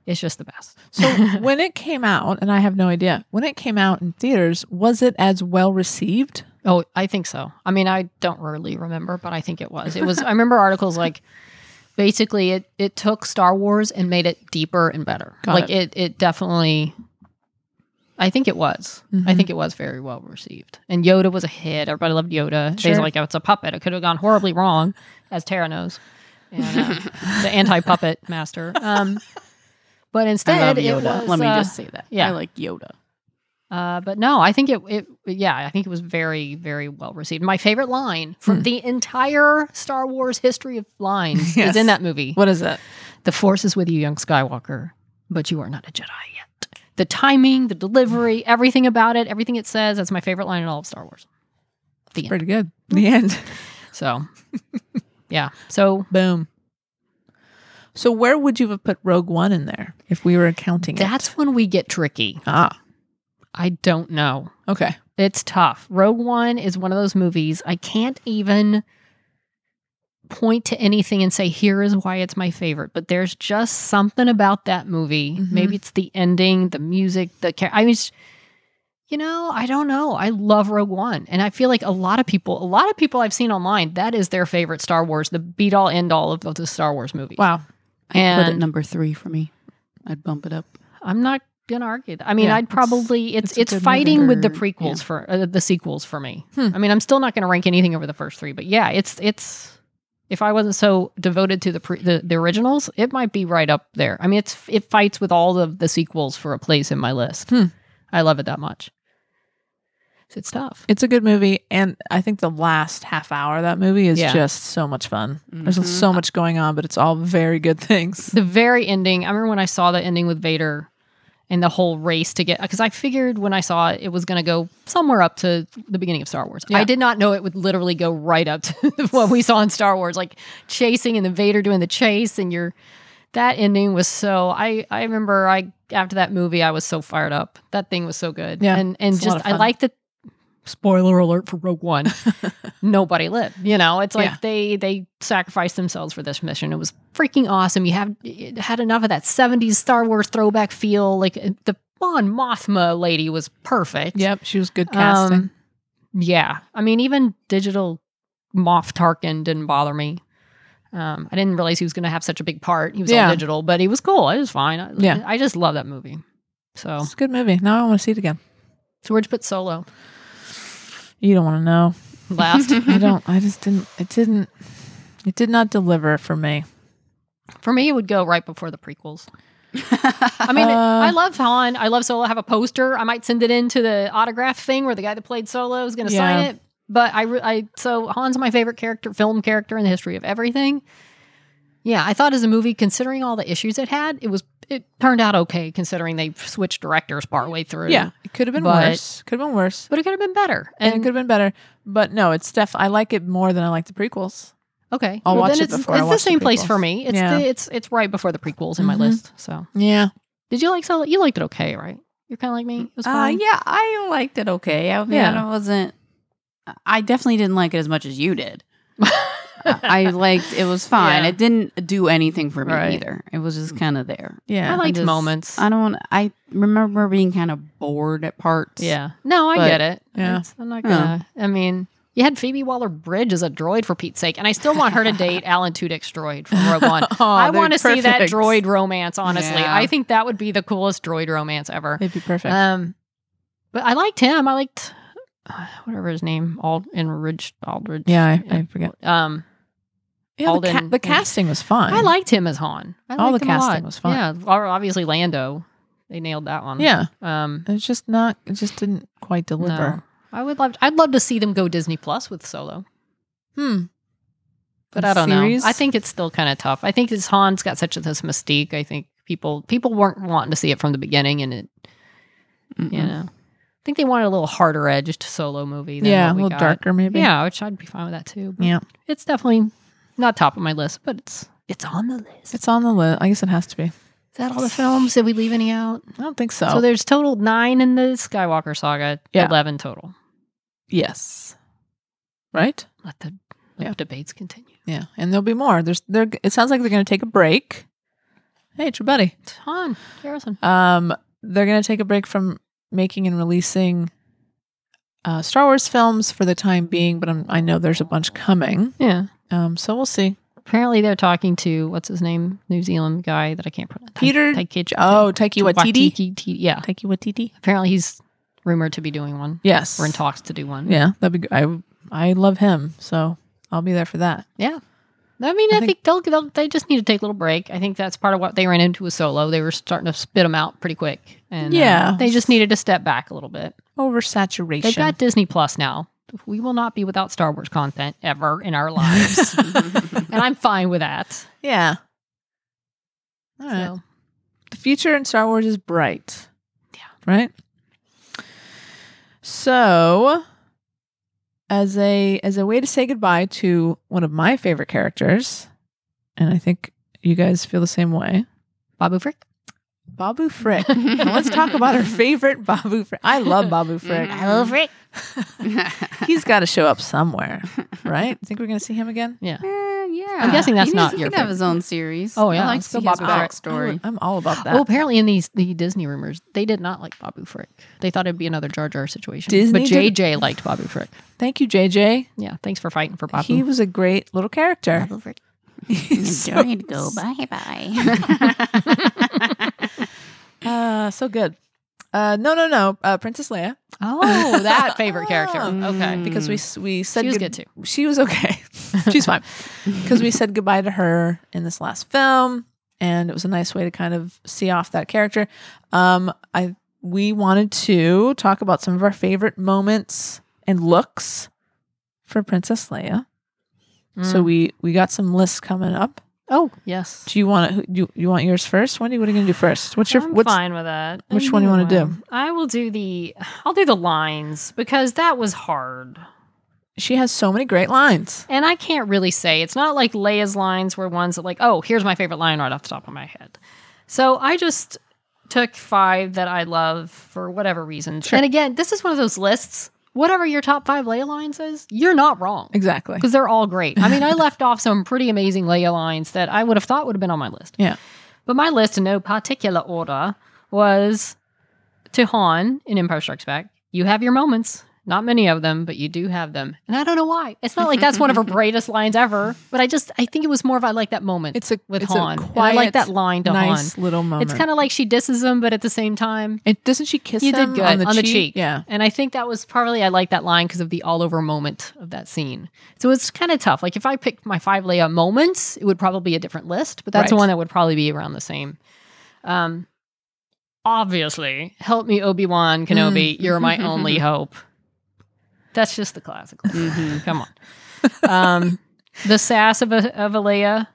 it's just the best.
So when it came out, and I have no idea when it came out in theaters, was it as well received?
Oh, I think so. I mean, I don't really remember, but I think it was. It was. I remember articles like basically it it took Star Wars and made it deeper and better.
Got
like it. it definitely. I think it was. I
Mm-hmm.
Mhm.
think it was very well received. And Yoda was a hit. Everybody loved Yoda. They
Sure.
was like, oh, it's a puppet. It could have gone horribly wrong, as Tara knows, and, uh, the anti puppet master. Um, but instead,
I love
it
Yoda.
was,
Let me
uh,
just say that.
yeah.
I like Yoda.
uh, but no, I think it, it, yeah, I think it was very, very well received. My favorite line from
Hmm.
the entire Star Wars history of lines
Yes.
is in that movie.
What is that?
The Force is with you, young Skywalker, but you are not a Jedi yet. The timing, the delivery, everything about it, everything it says, that's my favorite line in all of Star Wars. The end. Hmm.
Pretty good. The end.
So, yeah. So
Boom. So where would you have put Rogue One in there if we were counting it?
that's when we get tricky.
Ah,
I don't know.
okay.
It's tough. Rogue One is one of those movies I can't even point to anything and say here is why it's my favorite, but there's just something about that movie.
Mhm.
Maybe it's the ending, the music, the char- I mean it's- you know, I don't know. I love Rogue One. And I feel like a lot of people, a lot of people I've seen online, that is their favorite Star Wars, the beat all end all of the Star Wars movies.
Wow.
I'd put it
And-
number three for me. I'd bump it up.
I'm not gonna argue. That. I mean,
Yeah,
I'd
it's-
probably it's
it's a
it's,
good movie.
fighting with the
Or-
prequels
yeah.
for uh, the sequels for me.
Hmm.
I mean, I'm still not gonna rank anything over the first three, but yeah, it's it's if I wasn't so devoted to the pre, the, the originals, it might be right up there. I mean, it's it fights with all of the sequels for a place in my list.
Hmm.
I love it that much. So It's tough.
It's a good movie, and I think the last half hour of that movie is
Yeah.
just so much fun.
Mhm.
There's so much going on, but it's all very good things.
The very ending. I remember when I saw the ending with Vader and the whole race to get because I figured when I saw it, it was going to go somewhere up to the beginning of Star Wars. I
Yeah.
did not know it would literally go right up to what we saw in Star Wars, like chasing and the Vader doing the chase and your that ending was so. I I remember I after that movie I was so fired up. That thing was so good.
Yeah,
and and
it's a lot
just
of
I
fun.
like that. Spoiler alert for Rogue One. nobody lived. You know, it's like
Yeah.
they they sacrificed themselves for this mission. It was freaking awesome. You have it had enough of that '70s Star Wars throwback feel. Like uh, the Mon Mothma lady was perfect.
Yep, she was good casting.
Um, yeah. I mean, even digital Moff Tarkin didn't bother me. Um, I didn't realize he was going to have such a big part. He was
Yeah.
all digital, but he was cool. It was fine. I,
Yeah.
I just love that movie. So,
it's a good movie. Now I want to see it again.
so where'd you put Solo
You don't want to know.
last?
I don't. I just didn't. It didn't. It did not deliver for me.
For me, it would go right before the prequels. I mean,
Uh,
I love Han. I love Solo. I have a poster. I might send it into the autograph thing where the guy that played Solo is going to sign
Yeah.
it. But I, re- I, so Han's my favorite character, film character in the history of everything. Yeah, I thought as a movie, considering all the issues it had, it was it turned out okay. Considering they switched directors partway through.
Yeah, it could have been
But-
worse. Could have been worse,
but it could have been better. And,
and, it could have been better. But no, it's def. I like it more than I like the prequels.
okay,
I'll
well,
watch
then
it
it's,
before I
it's the
watch the
same place
prequels.
for me. It's
Yeah.
the, it's it's right before the prequels in my
Mhm.
list. So
Yeah,
did you like Solo? You liked it okay, right? You're kind of like me.
Mm,
It was
Uh,
fine.
yeah, I liked it okay. I mean,
Yeah.
I wasn't. I definitely didn't like it as much as you did. I liked it was fine.
Yeah.
It didn't do anything for me
Right.
either. It was just kind of there.
I
yeah.
liked
just-
moments.
I don't. I remember being kind of bored at parts.
Yeah. No, I
But-
get it.
Yeah.
It's- I'm not gonna. I mean, you had Phoebe Waller Bridge as a droid for Pete's sake, and I still want her to date Alan Tudyk's droid from Rogue One.
Oh,
I
they'd
want
be
to see that
perfect.
droid romance. Honestly,
Yeah.
I think that would be the coolest droid romance ever.
It'd be perfect.
Um, but I liked him. I liked uh, whatever his name, Ald Enridge Aldridge.
yeah, I, I forget.
Um,
Yeah, the, ca-
Alden
the
and-
casting was fine.
I liked him as Han. I
All
liked
the
him a lot.
casting was fun.
Yeah, or obviously Lando. They nailed that one.
Yeah,
Um,
it's just not. It just didn't quite deliver.
I would love. I'd love to see them go Disney Plus with Solo.
Hmm.
but
A
I don't
series?
know. I think it's still kind of tough. I think this Han's got such a, this mystique. I think people people weren't wanting to see it from the beginning, and it
Mm-mm.
you
Mm-hmm.
know, I think they wanted a little harder edged solo movie. Than
Yeah,
what
a
we
little
got.
darker maybe.
Yeah, which I'd be fine with that too. but
Yeah.
it's definitely not top of my list, but it's it's on the list.
It's on the list. I guess it has to be.
Is that all the films? Did we leave any out?
I don't think so.
So there's total nine in the Skywalker saga.
Yeah.
eleven total.
yes. Right?
Let the let
Yeah.
the debates continue.
Yeah. And there'll be more. There's there it sounds like they're gonna take a break. Hey, it's your buddy.
It's Han Harrison.
Um they're gonna take a break from making and releasing uh Star Wars films for the time being, but I'm, I know there's a bunch coming.
Yeah.
Um so we'll see.
Apparently, they're talking to what's his name, New Zealand guy that I can't pronounce. Ta-
Peter-
Taiki-
Oh, Taiki Watiti.
Watiki- T- yeah.
Taiki Watiti.
Apparently, he's rumored to be doing one.
Yes.
We're in talks to do one.
Yeah, that'd be g- I I love him, so I'll be there for that.
I mean, I,
I
think, they'll, they'll they just need to take a little break. I think that's part of what they ran into with Solo. They were starting to spit them out pretty quick, and uh,
Yeah.
they just needed to step back a little bit.
Oversaturation.
They've got Disney Plus now. We will not be without Star Wars content ever in our lives, and I'm fine with that.
Yeah. All right.
So,
The future in Star Wars is bright.
Yeah.
Right? So as a as a way to say goodbye to one of my favorite characters, and I think you guys feel the same way.
Babu Frick.
Babu Frick. Now let's talk about our favorite Babu Frick. I love Babu Frick.
Babu
Frick.
He's got to show up somewhere, right? Think we're going to see him again?
Eh, yeah.
I'm guessing that's
He
not
needs- he
your
could have
favorite.
his own series.
Oh, yeah,
I like
let's
to see
go
his
Bob Barrett.
backstory.
I'm all about that.
Oh, apparently in these the Disney rumors, they did not like Babu Frick. They thought it'd be another Jar Jar situation.
Disney
but
did-
JJ liked Babu Frick.
Thank you, JJ.
Yeah, thanks for fighting for Babu.
He was a great little character.
Babu Frick.
He's so,
need to go. Bye bye.
uh, so good. Uh, no, no, no. Uh, Princess Leia,
Oh, that favorite character.
Oh.
Okay.
because we s- we
Mm.
said
She was
good-
good too.
She was okay. She's fine because we said goodbye to her in this last film, and it was a nice way to kind of see off that character. Um, I we wanted to talk about some of our favorite moments and looks for Princess Leia. So
Mm.
we we got some lists coming up.
Oh yes.
Do you want to, do you want yours first, Wendy? What are you gonna do first? What's your
I'm
what's
fine with that.
which
I'm
one you
doing
wanna
well. I will do the I'll do the lines because that was hard.
she has so many great lines.
And I can't really say. It's not like Leia's lines were ones that like, oh, here's my favorite line right off the top of my head. So I just took five that I love for whatever reason.
Sure.
And again, this is one of those lists. Whatever your top five Leia lines is, you're not wrong.
Exactly.
Because they're all great. I mean, I left off some pretty amazing Leia lines that I would have thought would have been on my list.
Yeah.
But my list in no particular order was to Han in Empire Strikes Back. You have your moments. Not many of them, but you do have them. And I don't know why. It's not like that's one of her greatest lines ever, but I just I think it was more of I like that moment
It's a
with
it's a
Han. And I
quiet,
like that line to
nice
Han.
little moment.
It's kind of like she disses him, but at the same time,
It doesn't she kiss
you
him
did good
on, the, cheek? Yeah.
and I think that was probably I like that line because of the all over moment of that scene. So it's kind of tough. Like if I picked my five Leia moments, it would probably be a different list, but that's the
Right.
one that would probably be around the same. Um, obviously, help me Obi
Mm.
Wan Kenobi, you're my only hope. That's just the classic.
Mm.
line.
Mhm.
Come on. Um, the sass of a of a Leia,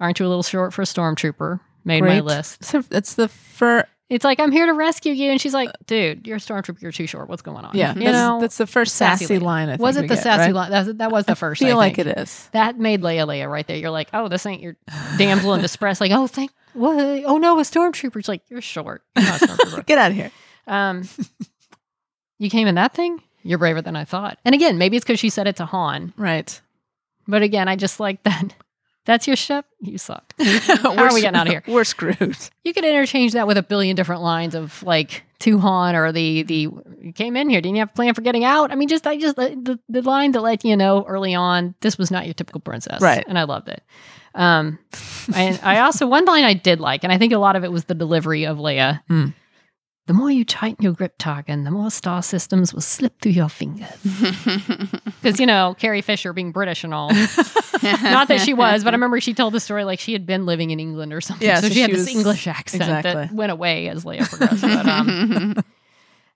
aren't you a little short for a stormtrooper? Made my
Great.
list.
So that's the fir-
It's like I'm here to rescue you, and she's like, "Dude, you're a stormtrooper. You're too short. What's going on?"
yeah.
you
that's,
know.
that's the first
sassy
sassy,
lady.
line. I think
was
we
it the
get,
sassy
right?
line? That, that was the first.
I feel
I
like
think.
it is.
That made Leia Leia right there. You're like, oh, this ain't your damsel in distress. Like, oh, thank what? Oh no, a stormtrooper. It's like you're short. You're not a stormtrooper.
Get out of here.
um, you came in that thing. You're braver than I thought. And again, maybe it's because she said it to Han.
Right.
But again, I just like that. That's your ship. You suck.
How
are we getting outta here?
We're screwed.
You could interchange that with a billion different lines of like to Han or the the you came in here, didn't you have a plan for getting out? I mean, just I just uh, the, the line that let you know early on this was not your typical princess,
Right.
And I loved it. Um, and I also one line I did like, and I think a lot of it was the delivery of Leia.
Hmm.
The more you tighten your grip, Tarkin, the more star systems will slip through your fingers. Because you know Carrie Fisher being British and all, not that she was, but I remember she told the story like she had been living in England or something.
Yeah,
so,
so
she had
she
this
was-
English accent that
Exactly.
went away as Leia progressed. But, um,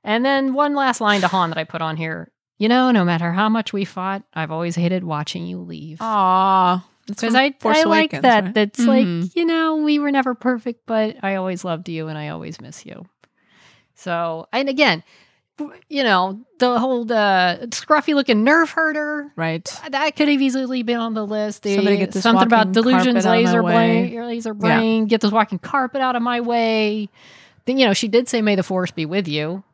and then one last line to Han that I put on here. You know, no matter how much we fought, I've always hated watching you leave.
Aw. That's
Because
from
I,
Force
I like
Awakens,
that.
right? Mm-hmm.
That's like,
Mhm.
you know, we were never perfect, but I always loved you and I always miss you. So, and again, you know, the whole uh, scruffy looking nerve herder,
Right.
that could have easily been on the list. The-
Somebody get this
something about
walking carpet
delusions,
out of my
laser
way.
brain, laser brain. Get this walking carpet out of my way. Then you know she did say, "May the force be with you,"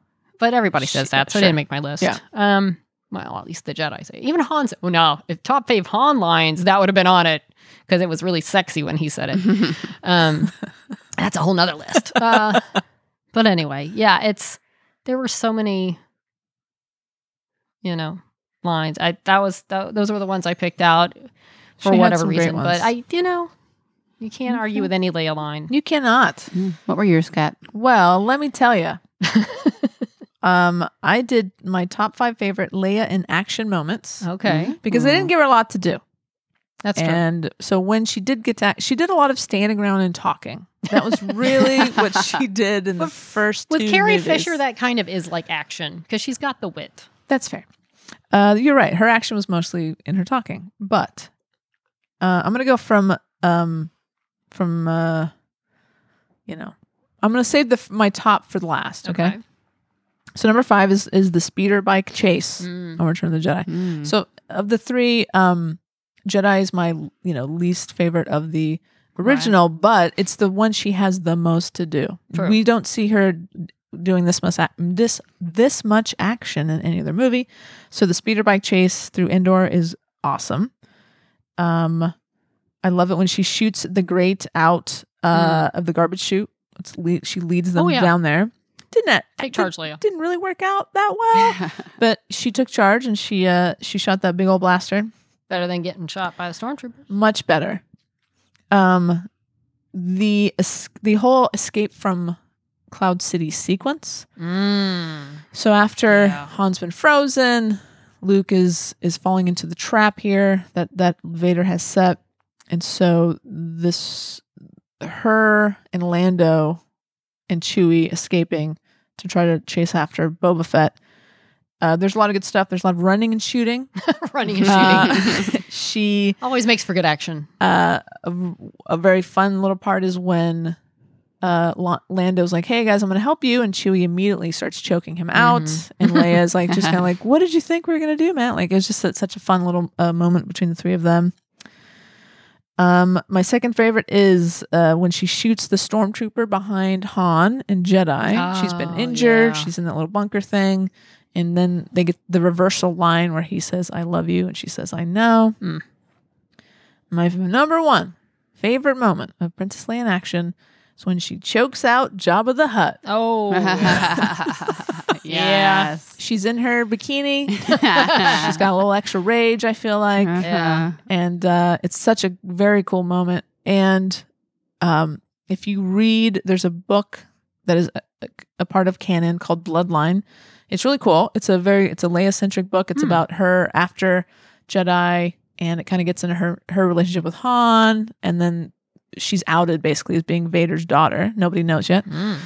but everybody
She-
says that, so I
sure.
didn't make my list.
Yeah.
Um. Well, at least the Jedi say. it. Even Han's. Well, no, if top fave Han lines, that would have been on it because it was really sexy when he said it. Um, that's a whole nother list. Uh, but anyway, yeah, it's there were so many, you know, lines. I that was tho- those were the ones I picked out
She
for
had
whatever
some great
reason. But
ones. Mm-hmm.
I, you know, you can't argue with any Leia line.
You cannot.
what were yours, Kat?
Well, let me tell you. um, I did my top five favorite Leia in action moments
Okay,
because they didn't give her a lot to do.
Oh.
Mm-hmm.
that's true.
and so when she did get to, she did a lot of standing around and talking. That was really what she did in the first
With
two
Carrie
movies.
Fisher, that kind of is like action because she's got the wit.
that's fair. Uh, you're right. Her action was mostly in her talking, but uh, I'm gonna go from um from uh, you know I'm gonna save the f- my top for the last. Okay? So number five is is the speeder bike chase
Mm. Mm-hmm.
on Return of the Jedi. So of the three, um, Jedi is my you know least favorite of the original, but it's the one she has the most to do.
True.
We don't see her doing this much ac- this this much action in any other movie. So the speeder bike chase through Endor is awesome. Um, I love it when she shoots the grate out uh, of the garbage chute. It's le- she leads them
Mm. Oh, yeah.
down there. Didn't that
Take charge, Leah.
didn't really work out that well, but she took charge and she uh, she shot that big old blaster.
Better than getting shot by the stormtroopers.
Much better. Um, the es- the whole escape from Cloud City sequence
Mm.
So after
Yeah.
Han's been frozen, Luke is is falling into the trap here that that Vader has set, and so this her and Lando and Chewie escaping to try to chase after Boba Fett. Uh, there's a lot of good stuff. There's a lot of running and shooting.
Running and shooting.
Uh, she
Always makes for good action.
uh, a, a very fun little part is when uh, Lo- Lando's like, "Hey guys, I'm going to help you," and Chewie immediately starts choking him out,
Mhm.
and Leia's like, just kind of like, "What did you think we were going to do, Matt?" Like, it's just a- such a fun little uh, moment between the three of them. Um, my second favorite is uh, when she shoots the stormtrooper behind Han and Jedi. She's been
Oh,
injured.
yeah.
She's in that little bunker thing. And then they get the reversal line where he says, I love you. And she says, I know.
Mm.
My f- number one favorite moment of Princess Leia in action is when she chokes out Jabba the Hutt.
Oh,
yes.
She's in her bikini. She's got a little extra rage, I feel like.
Uh-huh.
Yeah.
and uh, it's such a very cool moment. And um, if you read, there's a book that is a, a part of canon called Bloodline. It's really cool. It's a very it's a Leia centric book. It's
Hmm.
about her after Jedi, and it kind of gets into her her relationship with Han, and then she's outed basically as being Vader's daughter. Nobody knows yet
Mm.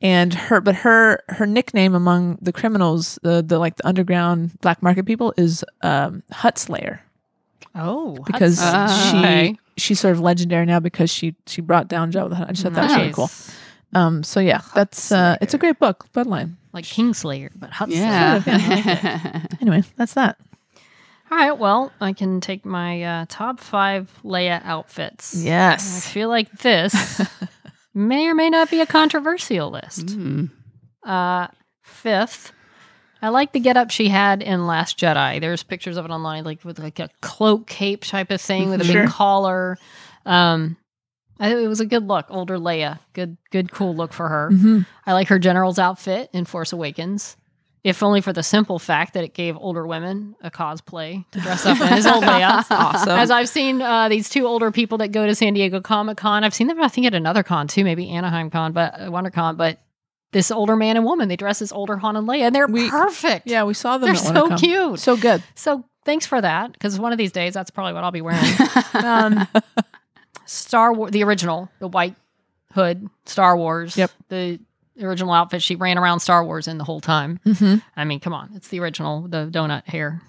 and her but her her nickname among the criminals the the like the underground black market people is um hut slayer
Oh,
because
Ah,
she
okay.
she's sort of legendary now because she she brought down Jabba the Hutt. I just thought that was really cool.
Nice.
Um, so yeah, that's uh, it's a great book, Bloodline.
Like Kingslayer, but Hudson.
Yeah.
Anyway, that's that.
All right. Well, I can take my uh, top five Leia outfits. I
Yes,
feel like this may or may not be a controversial list.
Hmm.
Mm.
Uh, fifth, I like the getup she had in Last Jedi. There's pictures of it online, like with like a cloak cape type of thing with a
Mm-hmm. Sure.
big collar. Um, I, it was a good look, older Leia. Good, good, cool look for her.
Mhm.
I like her general's outfit in Force Awakens. If only for the simple fact that it gave older women a cosplay to dress up in as old Leia.
awesome.
As I've seen uh, these two older people that go to San Diego Comic Con, I've seen them, I think, at another con too, maybe Anaheim Con, but uh, WonderCon. But this older man and woman, they dress as older Han and Leia, and they're
We-
perfect.
yeah, we saw them.
They're
at
so
WonderCon.
cute.
so good.
So thanks for that, because one of these days, that's probably what I'll be wearing. um, Star Wars, the original, the white hood, Star Wars.
Yep.
The original outfit. She ran around Star Wars in the whole time.
Mm-hmm.
I mean, come on, it's the original, the donut hair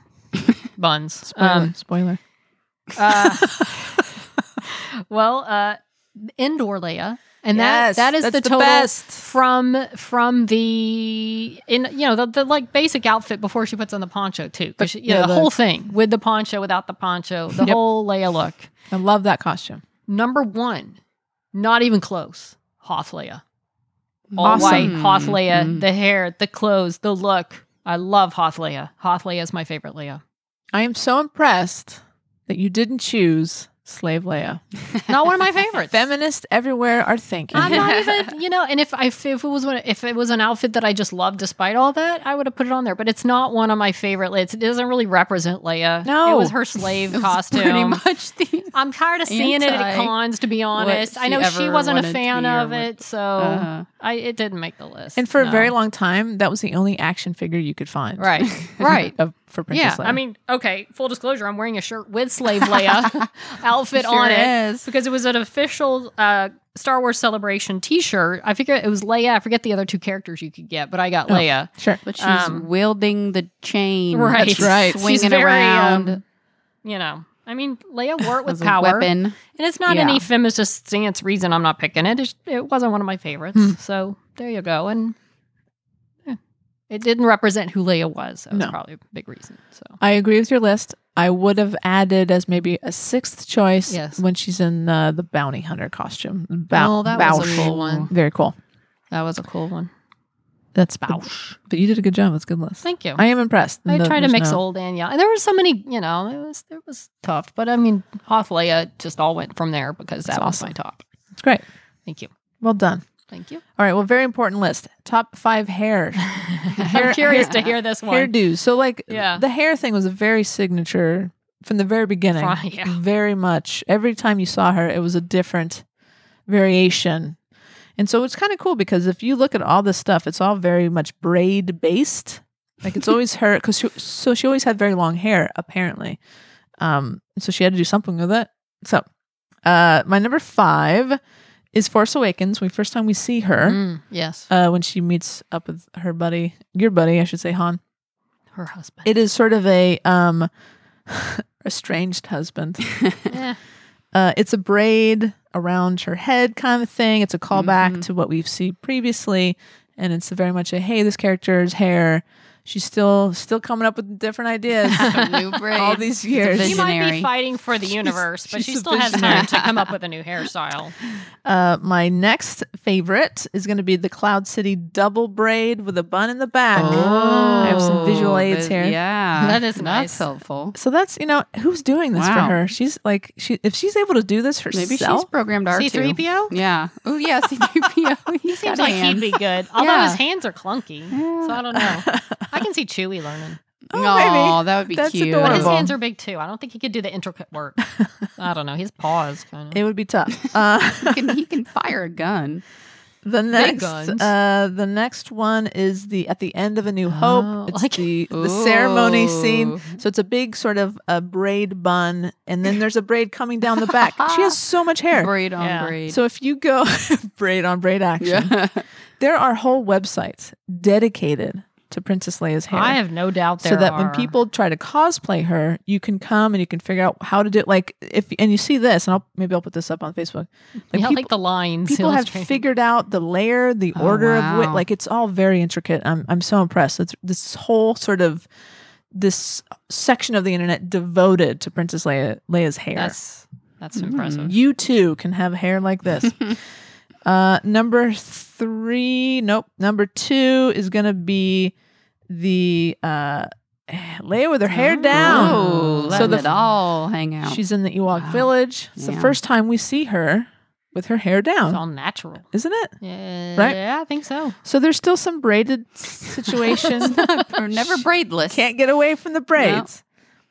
buns.
Spoiler.
Um,
spoiler.
uh, well, uh, indoor Leia, and
Yes,
that that is
that's
the
the
total
best.
from from the in you know the, the like basic outfit before she puts on the poncho too. 'Cause she-
The-
you know,
yeah,
the,
the-
whole thing with the poncho, without the poncho, the
Yep.
whole Leia look.
I love that costume.
Number one, not even close. Hoth Leia, all
Awesome.
white Hoth Leia,
Mm.
the hair, the clothes, the look. I love Hoth Leia. Hoth Leia is my favorite Leia.
I am so impressed that you didn't choose Slave Leia.
Not one of my favorites.
Feminists everywhere are thinking.
I'm not even, you know, and if I if it was one, if it was an outfit that I just loved despite all that, I would have put it on there. But it's not one of my favorite. It's, it doesn't really represent Leia.
No.
it was her slave
It's Pretty
costume.
much the.
I'm tired of seeing it at
Anti-
cons, to be honest. I
she
know she
ever
wasn't a
wanted to
fan
be or
of
what-
it, so
Uh,
I it didn't make the list.
And for
no.
a very long time, that was the only action figure you could find.
right, right.
Of, for
Yeah,
Princess Leia.
I mean, okay. Full disclosure: I'm wearing a shirt with slave Leia outfit
Sure
on it
is.
because it was an official uh, Star Wars Celebration T-shirt. I figure it was Leia. I forget the other two characters you could get, but I got Leia.
sure.
but she's
Um,
wielding the chain.
Right. That's
right.
Swinging
She's very,
around
um, You know, I mean, Leia wore it with
as a Oh,
power, and
weapon.
it's not
Yeah.
any feminist stance reason I'm not picking it. It's, it wasn't one of my favorites,
Hmm.
so there you go. And yeah, it didn't represent who Leia was. That was
No.
probably a big reason. So
I agree with your list. I would have added as maybe a sixth choice
Yes.
when she's in uh, the bounty hunter costume. Bow-
Oh, that was a cool one.
Very cool.
that was a cool one.
That's but,
Bausch.
but you did a good job. That's a good list.
Thank you.
I am impressed.
I
No,
tried to
there's
mix
no-
old and young. And there were so many, you know, it was it was tough. But I mean, Hothlea just all went from there because that
That's
was my
awesome.
top.
It's great.
Thank you.
Well done.
Thank you.
All right. Well, very important list. Top five hair
I'm curious to hear this one.
hairdos. So like
Yeah.
the hair thing was a very signature from the very beginning.
Fri- yeah.
Very much. Every time you saw her, it was a different variation. And so it's kind of cool because if you look at all this stuff, it's all very much braid based. Like it's always her because she, so she always had very long hair apparently, um, so she had to do something with it. So uh, my number five is Force Awakens. We first time we see her
Mm, yes,
uh, when she meets up with her buddy, your buddy, I should say, Han.
her husband.
It is sort of a um, estranged husband.
Eh,
Uh, it's a braid around her head kind of thing. It's a callback
Mhm.
to what we've seen previously, and it's very much a hey, this character's hair. She's still still coming up with different ideas.
New braids.
All these years.
she might be
Visionary.
fighting for the
She's-
universe, but she
she's a
still has
visionary.
time to come up with a new hairstyle.
Uh, my next favorite is going to be the Cloud City double braid with a bun in the back. I have some visual aids
the-
here.
Oh. Yeah,
That is
that's
nice.
helpful.
So that's you know who's doing this
Wow.
for her. She's like she if she's able to do this herself.
Maybe she's programmed R
C three
two.
PO
Yeah. Oh yeah, C three PO. He
seems like he'd be good, although
Yeah.
his hands are clunky. So I don't know. I can see Chewy learning,
Oh,
Oh, that would be
That's
cute.
but his
Adorable.
hands are big too. I don't think he could do the intricate work. I don't know. His paws kind
It
of.
would be tough. Uh,
he, can, he can fire a gun.
the next,
guns.
uh, the next one is the at the end of A New Hope.
Oh,
it's
like-
the, the ceremony scene.
Ooh.
So it's a big sort of a braid bun, and then there's a braid coming down the back. she has so much hair.
Braid on
Yeah.
braid.
So if you go braid on braid action,
yeah.
there are whole websites dedicated to Princess Leia's hair.
I have no doubt there
so that
are.
when people try to cosplay her, you can come and you can figure out how to do it. Like if and you see this, and I'll maybe I'll put this up on Facebook. Like
yeah,
people,
like the lines
people have
illustrated.
figured out the layer, the
Oh,
order of
wow.
what. Like it's all very intricate. I'm I'm so impressed. It's this whole sort of this section of the internet devoted to Princess Leia Leia's hair.
That's that's impressive.
You too can have hair like this. uh, number three, nope. Number two is gonna be the uh, Leia with her hair down.
Oh,
So
let
the-
it all hang out.
She's in the Ewok
Wow.
village. It's the
Yeah.
first time we see her with her hair
It's
down,
all natural.
isn't it?
Yeah,
Right?
yeah, I think so.
So there's still some braided situation.
Or never braidless.
Can't get away from the braids.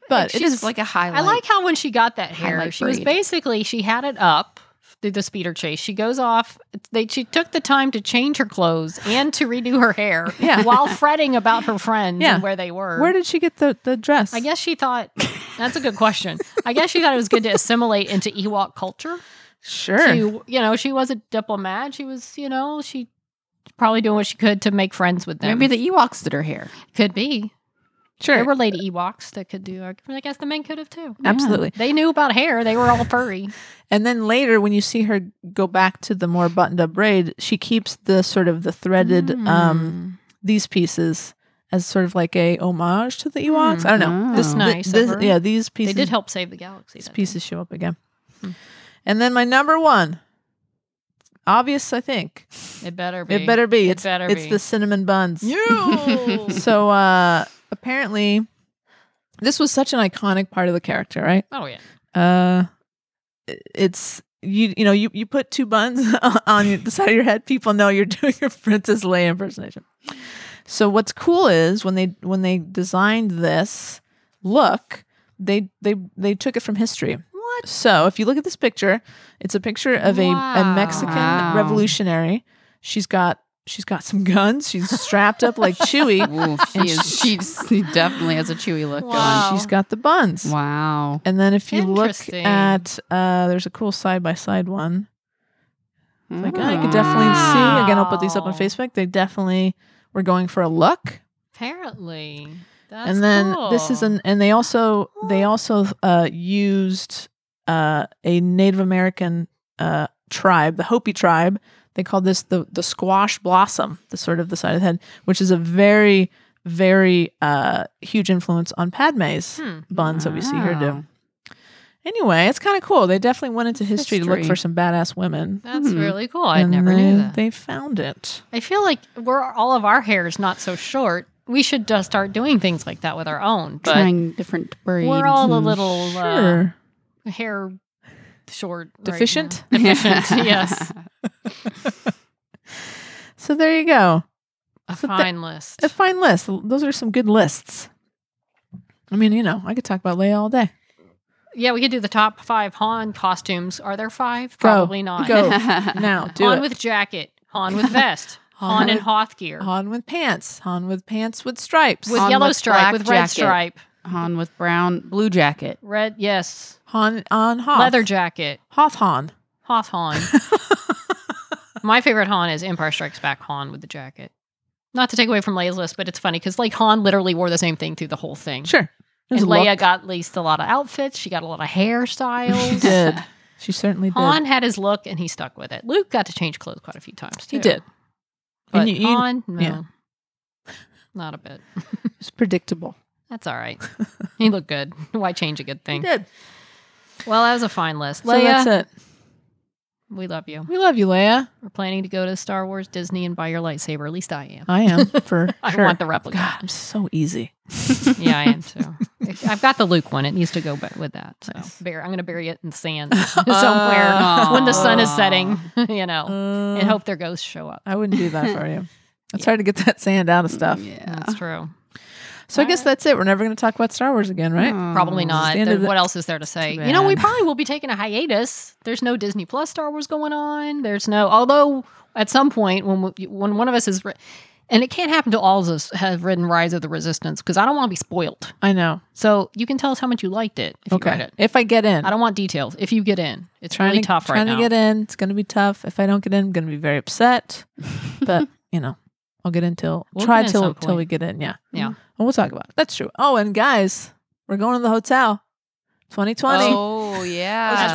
But it
She's
is like
like a highlight.
I like how when she got that hair,
Highlight
she was
braid.
basically she had it up through the speeder chase. She goes off. They she took the time to change her clothes and to redo her hair,
Yeah.
while fretting about her friends
Yeah.
and where they were.
where did she get the, the dress?
I guess she thought that's a good question. I guess she thought it was good to assimilate into Ewok culture.
sure.
To you know, she was a diplomat. She was you know she probably doing what she could to make friends with them.
Maybe the Ewoks did her hair.
could be
sure.
There were lady Ewoks that could do. I guess the men could have too.
Absolutely.
They knew about hair. They were all furry.
And then later, when you see her go back to the more buttoned up braid, she keeps the sort of the threaded
Mm.
um
Hmm.
these pieces as sort of like a homage to the Ewoks. I don't know.
Oh.
This,
That's Mm. nice
thi-
of
this-
her.
yeah, these
they
pieces.
did help save the galaxy.
These
that Hmm.
pieces show up again. And then my number one, obvious, I think
day. It better be.
it better be.
It
it's
better
it's
be.
the cinnamon buns.
You.
So uh apparently, this was such an iconic part of the character, right?
oh yeah.
Uh, i- it's you. You know, you you put two buns on your- the side of your head. People know you're doing a Princess Leia impersonation. So what's cool is when they when they designed this look, they they they took it from history.
What?
So if you look at this picture, it's a picture of a, a Mexican
Wow.
revolutionary. She's got she's got some guns. She's strapped up like Chewy,
Ooh, she
And
is. She's, she definitely has a chewy look
Wow.
and she's got the buns.
going. Wow.
And then if you look
Interesting.
at uh, there's a cool side by side one. Like oh, you
Mm.
can definitely
Ah.
see. Again, I'll put these up on
Wow.
Facebook. They definitely were going for a look.
Apparently. That's
and then this is
cool.
an and they also they also uh, used uh, a Native American uh, tribe, the Hopi tribe. They called this the the squash blossom, the sort of the side of the head, which is a very very uh, huge influence on Padme's
Hmm.
buns that we see her do.
Wow.
Anyway, it's kind of cool. They definitely went into history, to look
History.
for some badass women.
That's
Hmm.
really cool. I
And
never
they-
knew that.
They found it.
I feel like we're all of our hair is not so short. We should just start doing things like that with our own. But
trying different breeds.
we're all a little uh,
Sure.
hair short, right now.
Deficient?
deficient. yes,
So there you go.
a
So that-
fine list.
A fine list. Those are some good lists. I mean, you know, I could talk about Leia all day.
yeah, we could do the top five Han costumes. Are there five?
Go.
Probably not.
Go. Now, do
Han
it.
with jacket. Han with vest. Han, in
with-
Hoth gear.
Han with pants. Han with pants with stripes.
with
Han
yellow
with
stripe,
black
with red
jacket.
stripe,
Han with brown blue jacket.
red. Yes,
Han on Hoth.
leather jacket.
Hoth Han.
Hoth Han. My favorite Han is Empire Strikes Back Han with the jacket. Not to take away from Leia's list, but it's funny because like Han literally wore the same thing through the whole thing.
Sure.
And
There's a
Leia
look.
got at least a lot of outfits. She got a lot of
She
hairstyles.
did. She certainly
Han
did.
had his look and he stuck with it. Luke got to change clothes quite a few times too.
He did.
But
And you- you-
Han, no.
yeah.
Not a bit.
It's predictable.
That's all right. he looked good. Why change a good thing?
did.
Well, that was a fine list.
So that's
Leia,
it.
we love you.
We love you, Leia.
We're planning to go to Star Wars Disney and buy your lightsaber. At least I am.
I am for
I
sure.
want the replica.
God, I'm so easy.
yeah, I am too. If- I've got the Luke one. It needs to go ba- with that. So
Nice.
Bur- I'm going to bury it in sand somewhere when the sun is setting, you know,
Uh,
and hope their ghosts show up.
I wouldn't do that for you. It's hard to get that sand out of stuff.
Yeah.
That's true.
So I guess that's it. We're never going to talk about Star Wars again, right?
Probably not.
Um, the end
Then
of the-
what else is there to say? You know, we
bad.
probably will be taking a hiatus. There's no Disney Plus Star Wars going on. There's no, although at some point when we, when one of us is, ri- and it can't happen to all of us have written Rise of the Resistance because I don't want to be spoiled.
I know.
So you can tell us how much you liked it if you
Okay.
read it.
If I get in,
I don't want details. If you get in, it's
trying
really
to,
tough right
trying
now.
to get in. It's going to be tough. If I don't get in, I'm going to be very upset. but you know, I'll get in till
We'll
try
get in
till
some
till we
point.
get in. Yeah, Mm-hmm.
Yeah.
And we'll talk about it. That's true. Oh, and guys, we're going to the hotel. 2020.
Oh yeah.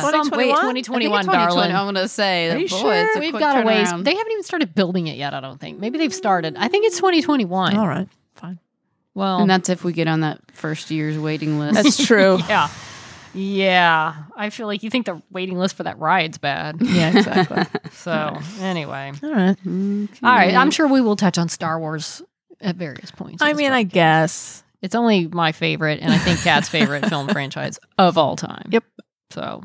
That's some- wait, 2021, darling.
I'm gonna say.
Are
that,
you
boy,
sure?
it's
We've
quick
got a ways.
turnaround.
They haven't even started building it yet, I don't think. Maybe they've started. I think it's 2021.
All right, fine.
Well,
and that's if we get on that first year's waiting list.
That's true.
yeah. Yeah. I feel like you think the waiting list for that ride's bad.
yeah, exactly.
So, anyway.
All right.
All right. I'm sure we will touch on Star Wars at various points. in
I
this
mean, I
podcast.
guess.
it's only my favorite and I think Kat's favorite film franchise of all time.
Yep.
So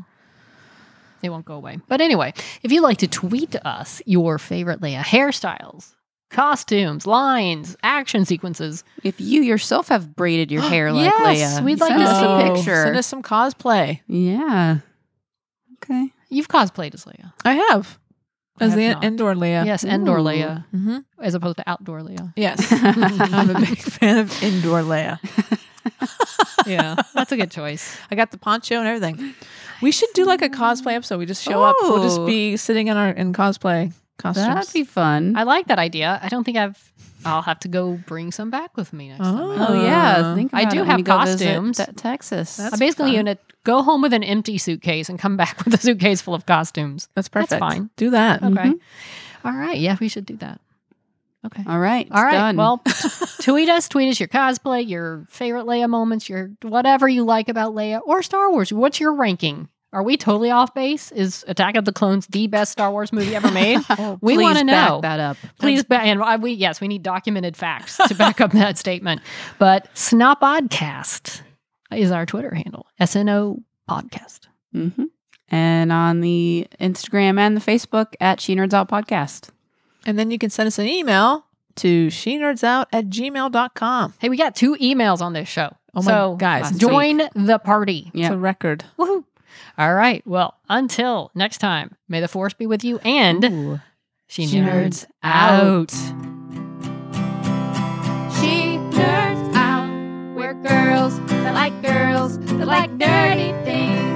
they won't go away. But anyway, if you'd like to tweet us your favorite Leia hairstyles, costumes, lines, action sequences,
If you yourself have braided your hair like
Yes,
Leia,
we'd like
send
to
us
see
a
it.
picture.
Oh. Send us some cosplay.
yeah. Okay.
you've cosplayed as Leia.
I have.
I
As
have
the
not.
indoor Leia.
Yes, indoor
Ooh.
Leia
Mm-hmm.
as opposed to outdoor Leia.
Yes. I'm a big fan of indoor Leia.
Yeah, that's a good choice.
I got the poncho and everything. We should do like a cosplay episode. We just show up. We'll just
Ooh.
be sitting in our in cosplay costumes.
That'd be fun.
I like that idea. I don't think I've. I'll have to go bring some back with me next time.
Oh.
I-
oh yeah, think
Uh, I
about
do
it when
have
you go visit
costumes.
Te- Texas.
I'm basically
fun.
going to go home with an empty suitcase and come back with a suitcase full of costumes.
That's perfect.
fine.
Do that.
Okay.
Mhm.
All right. Yeah, we should do that. Okay.
all right. it's
All right.
Done.
Well, tweet us. Tweet us your cosplay, your favorite Leia moments, your whatever you like about Leia or Star Wars. What's your ranking? Are we totally off base? Is Attack of the Clones the best Star Wars movie ever made? we
Oh, Please
want to
back
know.
that up.
Please, ba- and I, we yes, we need documented facts to back up that statement. But Snopodcast is our Twitter handle. S N O Podcast.
hmm And on the Instagram and the Facebook at She Nerds Out Podcast.
And then you can send us an email to she nerds out at gmail.com.
Hey, we got two emails on this show.
Oh my
So,
guys.
last
Join the party.
It's
Yeah.
a record.
Woohoo. All right. Well, until next time, may the force be with you and she, nerds out.
She nerds out. We're girls that like girls that like nerdy things.